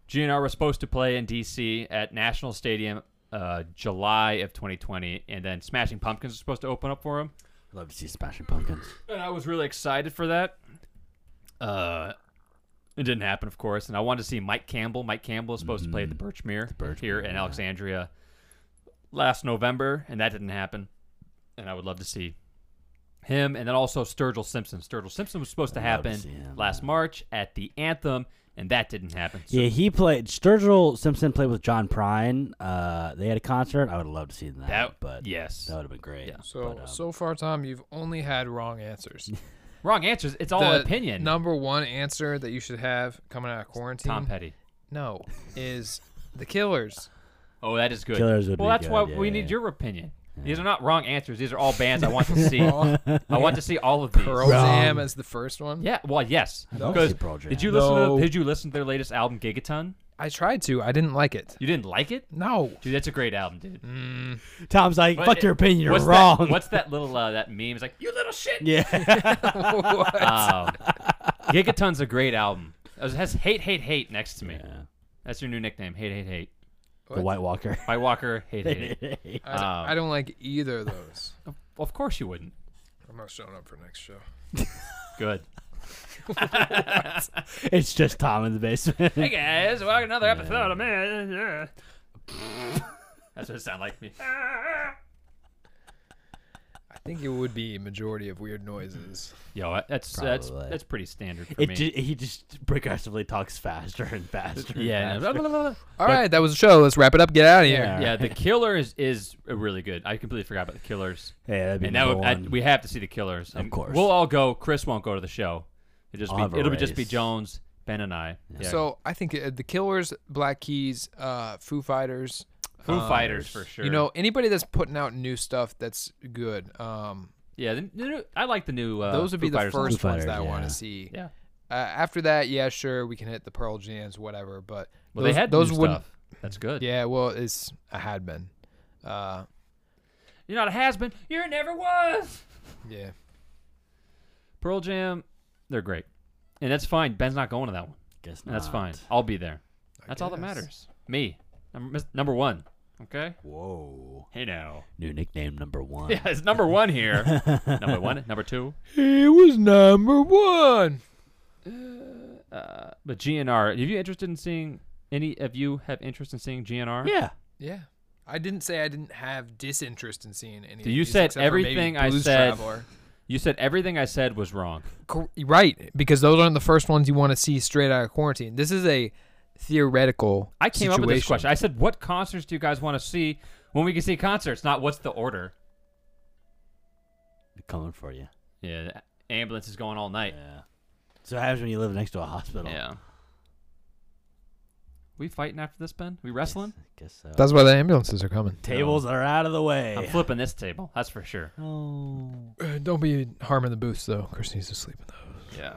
A: GNR was supposed to play in DC at National Stadium uh, July of 2020, and then Smashing Pumpkins was supposed to open up for him.
C: I'd love to see Smashing Pumpkins.
A: And I was really excited for that. Uh, it didn't happen, of course. And I wanted to see Mike Campbell. Mike Campbell is supposed to
C: Mm.
A: play at the Birchmere, here in Alexandria last November, and that didn't happen. And I would love to see him. And then also Sturgill Simpson. Sturgill Simpson was supposed to
C: love to
A: happen
C: see him,
A: last March at the Anthem, and that didn't happen. So
C: yeah, he played. Sturgill Simpson played with John Prine. Uh, they had a concert. I would have loved to see that,
A: that,
C: but
A: yes.
C: that would have been great.
A: Yeah.
B: So so far, Tom, you've only had wrong answers.
A: Wrong answers. It's all opinion.
B: Number one answer that you should have coming out of quarantine.
A: Tom Petty.
B: No, is the Killers.
A: Oh, that is good.
C: Killers would
A: well,
C: be
A: that's
C: good.
A: why
C: Yeah,
A: we
C: yeah,
A: need
C: yeah.
A: your opinion. These are not wrong answers. These are all bands I want to see. I want to see all of these.
B: Pearl Jam is the first one.
A: Yeah, well, yes.
C: love to
A: Because
C: see Pearl Jam.
A: did you listen?
B: No.
A: To, did you listen to their latest album, Gigaton?
B: I tried to. I didn't like it.
A: You didn't like it,
B: No.
A: dude? That's a great album, dude.
C: Tom's like,
A: But
C: fuck
A: it-
C: your opinion. Mm. You're
A: what's
C: wrong.
A: That, what's that little uh, that meme? It's like you little shit.
C: yeah.
A: Um, Gigaton's a great album. It has hate, hate, hate next to me. That's your new nickname. Hate, hate, hate.
C: The White Walker.
A: By Walker, hate, hate, hate.
C: That's
B: I, I don't like either of those.
A: Of course you wouldn't.
B: I'm not showing up for next show.
A: Good.
C: It's just Tom in the basement.
A: Hey guys, welcome to another episode of Man. Yeah. That's what it sounded like to me.
B: I think it would be majority of weird noises.
A: Yo, that's that's
C: Probably.
A: that's pretty standard for
C: it
A: me.
C: ju- he just progressively talks faster and faster. and
A: yeah,
C: faster.
A: no.
B: All right, that was the show. Let's wrap it up. Get out of here.
C: Yeah.
A: yeah. The Killers is really good. I completely forgot about the Killers,
C: yeah, that'd be
A: and now
C: number
A: I-
C: one.
A: we have to see the Killers. Of
C: course.
A: we'll all go. Chris won't go to the show. It'll just
C: I'll have
A: be
C: a
A: it'll be just be
C: race.
A: Jones, Ben, and I. Yeah.
B: So I think uh, the Killers, Black Keys, uh, Foo Fighters.
A: Foo Fighters for sure.
B: uh, You know anybody that's putting out new stuff that's good. Um,
A: yeah. The, the new- I like the new. Uh,
B: those would
A: Foo
B: be the
A: Fighters songs.
B: first
C: Foo
B: ones that I
C: Fighters,
B: want
C: yeah.
B: to see.
A: Yeah.
B: Uh, after that, yeah, sure, we can hit the Pearl Jams, whatever. But
A: Well,
B: those,
A: they had
B: those
A: new
B: wouldn't.
A: stuff. That's good.
B: Yeah, well, it's I had been. Uh,
A: You're not a has been. You're never was.
B: yeah.
A: Pearl Jam, they're great, and that's fine. Ben's not going to that one.
C: Guess
A: And that's
C: not.
A: fine. I'll be there. That's all that
B: guess.
A: matters. Me, I'm mis- number one. Okay.
C: Whoa.
A: Hey now.
C: New nickname number one.
A: Yeah, it's number one here. number one, number two.
B: It was number one.
A: Uh, but GNR, are you interested in seeing? Any of you have interest in seeing GNR?
C: Yeah.
B: Yeah. I didn't say I didn't have disinterest in seeing any. of
A: You
B: these,
A: said
B: except for maybe
A: everything I
B: Blues
A: said-
B: Traveler.
A: You said everything I said was wrong.
B: Cor- Right, because those aren't the first ones you want to see straight out of quarantine. This is a theoretical.
A: I came up with this
B: situation.
A: question. I said, "What concerts do you guys want to see when we can see concerts?" Not what's the order.
C: They're coming for you.
A: Yeah, the ambulance is going all night.
C: Yeah. So what happens when you live next to a hospital?
A: Yeah. We fighting after this, Ben? We wrestling?
C: Guess so.
B: That's why the ambulances are coming.
C: Tables are out of the way.
A: I'm flipping this table. That's for sure.
C: oh.
B: Uh, don't be harming the booths though. Chris needs to sleep in those.
A: Yeah.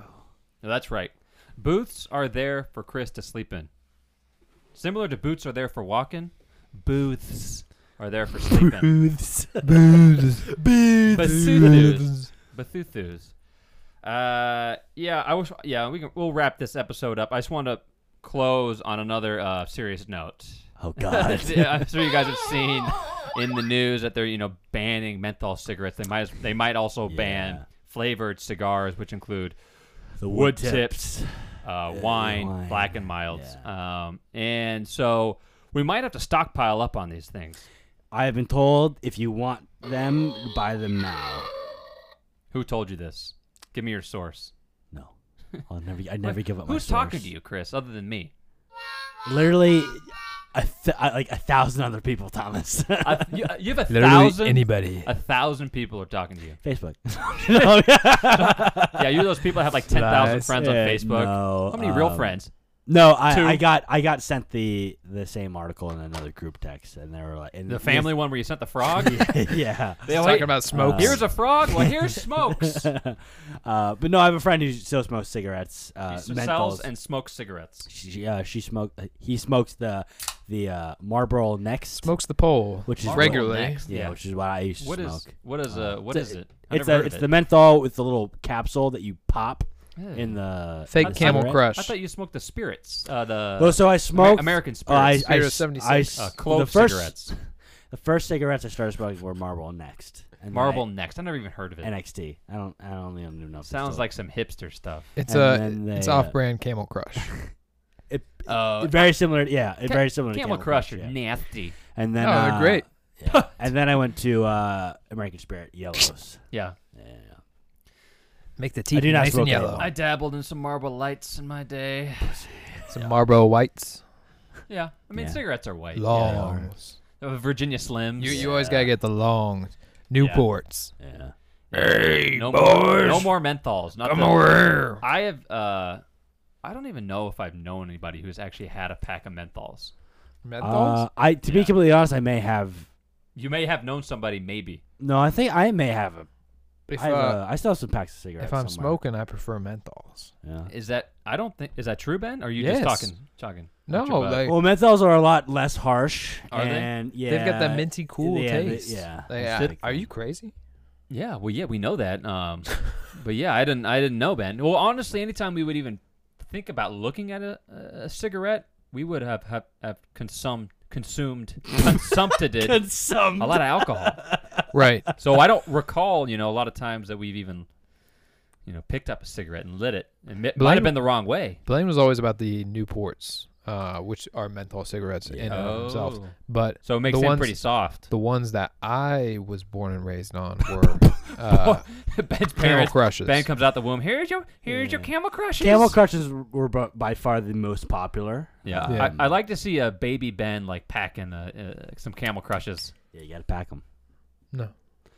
A: No, that's right. Booths are there for Chris to sleep in. Similar to boots are there for walking, booths are there for sleeping.
C: Booths.
B: Booths.
A: Basuthus. Bathuthus. Uh, yeah, I wish. Yeah, we can. We'll wrap this episode up. I just want to close on another uh, serious note.
C: Oh God.
A: I'm sure you guys have seen in the news that they're you know banning menthol cigarettes. They might as- they might also
C: Yeah.
A: ban flavored cigars, which include
C: the
A: wood tips, uh, wine,
C: wine.
A: black and milds. Um, and so we might have to stockpile up on these things.
C: I have been told if you want them, buy them now.
A: Who told you this? Give me your source.
C: No. I'll never. I never give up. my
A: Who's talking
C: source.
A: to you, Chris, other than me?
C: Literally, a th- I- like a thousand other people, Thomas.
A: I, you, you have a
B: Literally
A: thousand.
B: anybody.
A: A thousand people are talking to you.
C: Facebook.
A: Yeah, you're those people that have like ten thousand
B: Nice.
A: friends on
C: Yeah,
A: Facebook.
C: no,
A: How many real
C: um,
A: friends?
C: No, I,
A: Two.
C: I got I got sent the the same article in another group text, and they were like, and
A: The family one where you sent the frog.
C: yeah.
A: They Uh, all-
B: Talking about smokes.
A: here's a frog. Well, here's smokes.
C: uh, but no, I have a friend who still smokes cigarettes. Uh,
A: She
C: menthols.
A: sells and smokes cigarettes.
C: she, uh, she smoked. He smokes the the uh, Marlboro Next,
B: smokes the pole,
C: which is
A: Marlboro
B: regularly.
A: Next,
C: Yeah, which is what I used to
A: What is
C: smoke.
A: what is uh, what
C: So
A: is it? I
C: It's
A: never
C: a,
A: heard of
C: it's
A: it.
C: the menthol with the little capsule that you pop. in the
B: Fake
A: I thought-
B: Camel
C: I-
B: Crush.
A: I thought you smoked the spirits. Uh, the
C: Well, so I smoked
A: American
C: oh, I,
A: spirits.
C: I,
B: Spirit of
C: s-
B: 76.
C: I s-
A: uh, clove
C: the first,
A: cigarettes.
C: The first cigarettes I started smoking were Marlboro Next. And then
A: Marble next. I've never even heard of
C: I-
A: it.
C: NXT. I don't. I don't even know. if it's
A: Sounds
C: still-
A: like some hipster stuff.
B: It's
C: and
B: a
C: then
B: it's
C: they, uh,
B: off-brand Camel Crush.
C: it,
A: Uh,
C: it very similar. Yeah, it very similar. to
A: Camel Crush
C: Crusher.
A: are nasty.
C: And then
B: Oh, they're
C: uh,
B: great.
C: yeah. and then I went to uh, American Spirit Yellows.
A: Yeah.
C: Yeah.
B: Make the
C: do not smoke Camel.
A: I dabbled in some Marble Lights in my day.
B: Some Marlboro Whites.
A: Yeah. I mean,
C: Yeah.
A: cigarettes are white.
B: Longs.
A: Uh, Virginia Slims.
B: You you always gotta get the long Newports.
C: yeah.
B: Hey,
A: no more, no more menthols. Not the-
B: here.
A: I have. Uh, I don't even know if I've known anybody who's actually had a pack of menthols.
B: Menthols.
C: Uh, I to be
A: Yeah.
C: completely honest, I may have.
A: You may have known somebody, maybe.
C: No, I think I may have a.
B: if,
C: I, have
B: uh,
C: a- I still have some packs of cigarettes.
B: if I'm
C: somewhere.
B: smoking, I prefer menthols.
C: Yeah.
A: Is that? I don't think. Is that true, Ben? Or are you
B: Yes.
A: just talking? Talking.
B: No,
A: out your butt?
B: like
C: Well, menthols are a lot less harsh.
A: eh, Are they?
C: and, Yeah.
B: they've got that minty cool
C: yeah, they-
B: taste.
C: yeah.
B: Like,
C: It's
B: I-
C: like-
B: are you crazy?
A: Yeah, well, yeah, we know that. Um, but yeah, I didn't, I didn't know, Ben. Well, honestly, anytime we would even think about looking at a, a cigarette, we would have have, have consumed, consumed, consumpted it,
C: some.
A: a lot of alcohol.
B: right.
A: So I don't recall, you know, a lot of times that we've even, you know, picked up a cigarette and lit it. It mi- might
B: Blame-
A: have been the wrong way.
B: Blaine was always about the Newports, uh, which are menthol cigarettes in and of themselves.
A: Oh.
B: But
A: So it makes
B: the
A: him
B: ones,
A: pretty soft.
B: The ones that I was born and raised on were uh,
A: Ben's
B: Camel
A: parents.
B: Crushes.
A: Ben comes out the womb. Here's your, here's your camel crushes.
C: Camel crutches were bu- by far the most popular.
A: Yeah,
B: Yeah.
A: I, I like to see a baby Ben like packing uh, uh, some camel crushes.
C: Yeah, you gotta pack them.
B: no,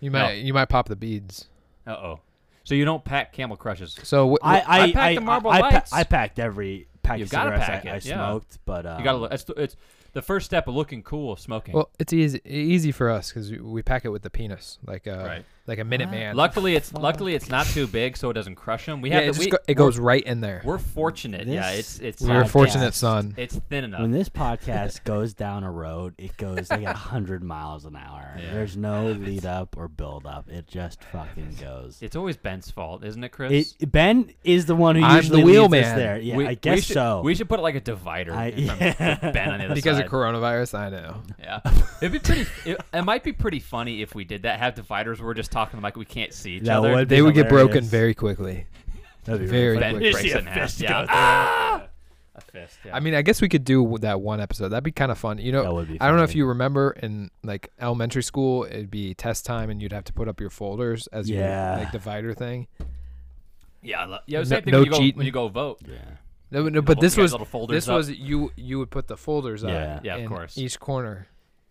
B: you might you might pop the beads.
A: Uh oh. So you don't pack camel crushes.
B: So wh-
C: I I
A: I packed
C: I,
A: the Marlboro
C: I, I, pa-
A: Lights.
C: I packed every pack
A: You've
C: of
A: gotta
C: cigarettes
A: pack
C: I,
A: it,
C: I
A: yeah.
C: smoked, but um,
A: You gotta look. That's the, it's the first step of looking cool. is Smoking.
B: well, it's easy easy for us because we pack it with the penis, like a
A: Right.
B: like a Minute Man.
A: luckily, it's luckily it's not too big, so it doesn't crush them. We
B: yeah,
A: have
B: it,
A: to,
B: just
A: we,
B: go, it goes right in there.
A: We're fortunate. Yeah, it's
C: This
A: it's
B: We were
A: not-
B: fortunate,
C: podcast.
B: son.
A: It's thin enough.
C: When this podcast goes down a road, it goes like a hundred miles an hour.
A: Yeah.
C: There's no lead up or build up. It just fucking goes.
A: it's always Ben's fault, isn't it, Chris?
C: It, ben is the one who
B: I'm the
C: usually
B: wheel
C: leads us
B: man.
C: there. Yeah,
A: We-
C: I
A: we
C: guess
A: should-
C: so.
A: We should put like a divider
C: I-
A: in front
C: yeah.
A: with Ben on the other
B: because
A: side.
B: of coronavirus, I know.
A: Yeah, it'd be pretty. It, it might be pretty funny if we did that. Have dividers where we're just talking like we can't see each
C: That
A: other.
C: would
B: They would get broken
C: Hilarious.
B: very quickly.
C: That'd be
B: very
C: really
A: Ben
B: quick
A: breaks
B: breaks
A: it in half. Yeah. Ah! Yeah. A fist. Yeah.
B: I mean, I guess we could do that one episode. That'd be kind of fun. You know,
C: That would be
B: I don't know if
C: funny.
B: you remember in like elementary school, it'd be test time, and you'd have to put up your folders as
C: Yeah.
B: your like divider thing.
A: yeah. I lo- yeah.
B: No-
A: Same thing
B: no
A: when, you go,
B: cheating.
A: when you go vote.
C: funny. Yeah.
B: No, no, but
A: little-
B: this
A: you got
B: was
A: little folders
B: this
A: up.
B: was you you would put the folders
C: Yeah.
B: up.
A: Yeah, of
B: in
A: course.
B: Each corner,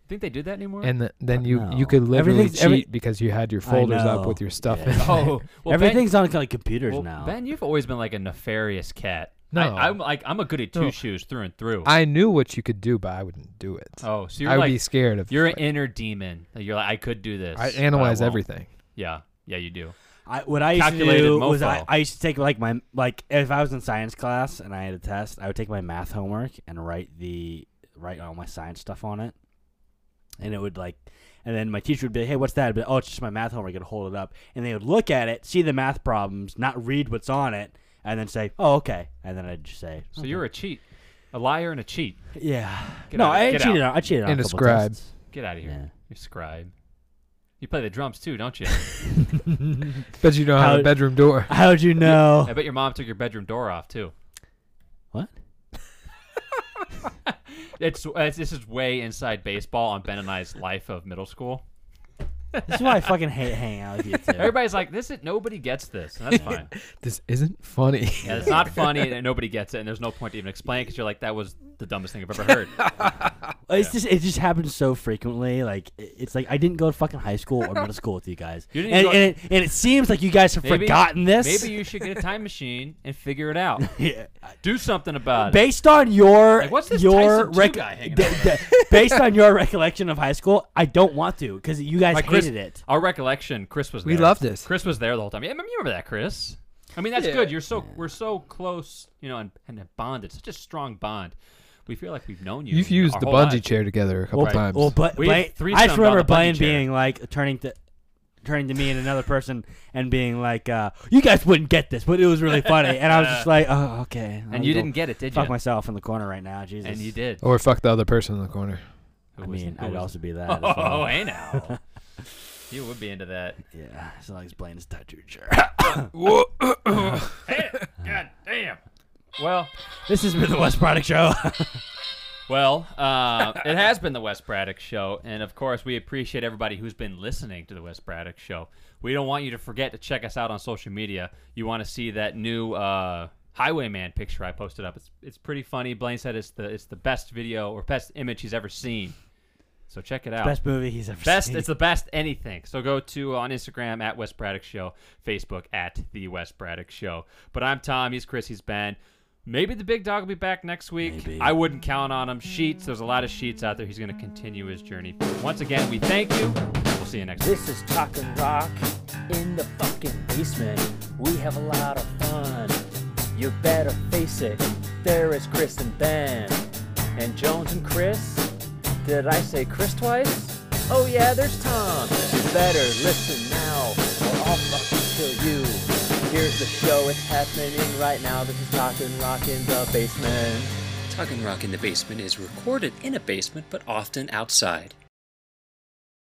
A: Think they do that anymore?
B: and the, then you
C: Uh, No.
B: you could literally
C: Everything's-
B: cheat
C: every-
B: because you had your
C: I
B: folders up with
C: know.
B: your stuff.
C: Yeah.
B: in.
A: oh, well,
C: Everything's on like
A: Ben,
C: computers
A: well,
C: now.
A: Ben, you've always been like a nefarious cat.
B: No.
A: I, am like I'm a goody two
B: No.
A: shoes through and through.
B: I knew what you could do, but I wouldn't do it.
A: oh, so you're
B: I would
A: like
B: be scared of.
A: you're an
B: like,
A: inner demon. Like, You're like I could do this.
B: I
A: but
B: analyze
A: won't.
B: everything.
A: Yeah, yeah, you do.
C: I, what I used to
A: Calculated
C: do was
A: mofo.
C: I, I used to take like my like if I was in science class and I had a test, I would take my math homework and write the write all my science stuff on it, and it would like, and then my teacher would be, like, "Hey, what's that?" I'd be, like, "Oh, it's just my math homework." I'd hold it up, and they would look at it, see the math problems, not read what's on it, and then say, "Oh, okay," and then I'd just say,
A: So you're a cheat, a liar and a cheat.
C: yeah."
A: Get
C: no,
A: out,
C: I
A: get
C: cheated.
A: out.
C: On, I cheated on
B: And
C: a
B: a
C: couple
B: scribe.
C: tests.
A: Get out of here.
C: Yeah.
A: You scribe. You play the drums too, don't you?
B: But you don't have
C: How-
B: a bedroom door.
C: How'd you know?
A: I bet your mom took your bedroom door off too.
C: Oh. What?
A: It's, it's this is way inside baseball on Ben and I's life of middle school.
C: This is why I fucking hate hanging out with you too.
A: Everybody's like, this is nobody gets this, and that's fine.
B: This isn't funny.
A: Yeah, it's not funny, and nobody gets it, and there's no point to even explain because you're like, that was the dumbest thing I've ever heard.
C: It's just it just happens so frequently. Like it- it's like I didn't go to fucking high school or middle school with you guys,
A: You didn't
C: and,
A: go-
C: and, it, and it seems like you guys have
A: Maybe-
C: forgotten this.
A: Maybe you should get a time machine and figure it out.
C: Yeah.
A: Do something about it.
C: Based on your
A: Like, what's this
C: your
A: Tyson 2 guy hanging out with?
C: based on your recollection of high school, I don't want to because you guys
A: Like, Chris-
C: hated it.
A: Our recollection, Chris was.
B: We
A: there.
B: loved this.
A: Chris was there the whole time. Yeah, I mean, you remember that, Chris? I mean, that's
B: Yeah.
A: good. You're so we're so close, you know, and, and have bonded. Such a strong bond. We feel like we've known you.
B: You've used
A: our
B: the
A: whole
B: bungee
A: lives.
B: chair together a couple
A: Right.
B: times.
C: Well, but
A: We had
C: Blaine-
A: threesomes
C: I
A: on
C: just
A: the
C: remember
A: bungee
C: Blaine
A: chair.
C: being like turning to turning to me and another person and being like, uh, "You guys wouldn't get this, but it was really funny." And I was just like, "Oh, okay." I'm
A: And you
C: gonna
A: didn't get it, did you?
C: fuck myself in the corner right now, Jesus.
A: and you did.
B: Or fuck the other person in the corner.
A: Who
C: I
A: was-
C: mean,
A: who
C: I'd
A: was-
C: also be that. as
A: Oh,
C: well.
A: hey now. you would be into that.
C: Yeah, as long as Blaine is tattooed, sure.
A: Hey, God damn. Well,
C: this has been the West Product Show.
A: well, uh, it has been the West Braddock Show, and of course, we appreciate everybody who's been listening to the West Braddock Show. We don't want you to forget to check us out on social media. You want to see that new uh, Highwayman picture I posted up? It's it's pretty funny. Blaine said it's the it's the best video or best image he's ever seen. So check it out.
C: Best movie he's ever
A: Best,
C: seen.
A: it's the best anything. So go to uh, on Instagram at West Braddock Show, Facebook at the West Braddock Show. But I'm Tom. He's Chris. He's Ben. Maybe the big dog will be back next week.
C: Maybe.
A: I wouldn't count on him. Sheets. There's a lot of sheets out there. He's going to continue his journey. Once again, we thank you. We'll see you next week.
E: This is Talking Rock in the fucking basement. We have a lot of fun. You better face it. There is Chris and Ben. And Jones and Chris? Did I say Chris twice? Oh yeah, there's Tom. You better listen now or I'll fucking kill you. Here's the show. It's happening right now. This is Talking Rock in the basement.
F: Talking Rock in the Basement is recorded in a basement but often outside.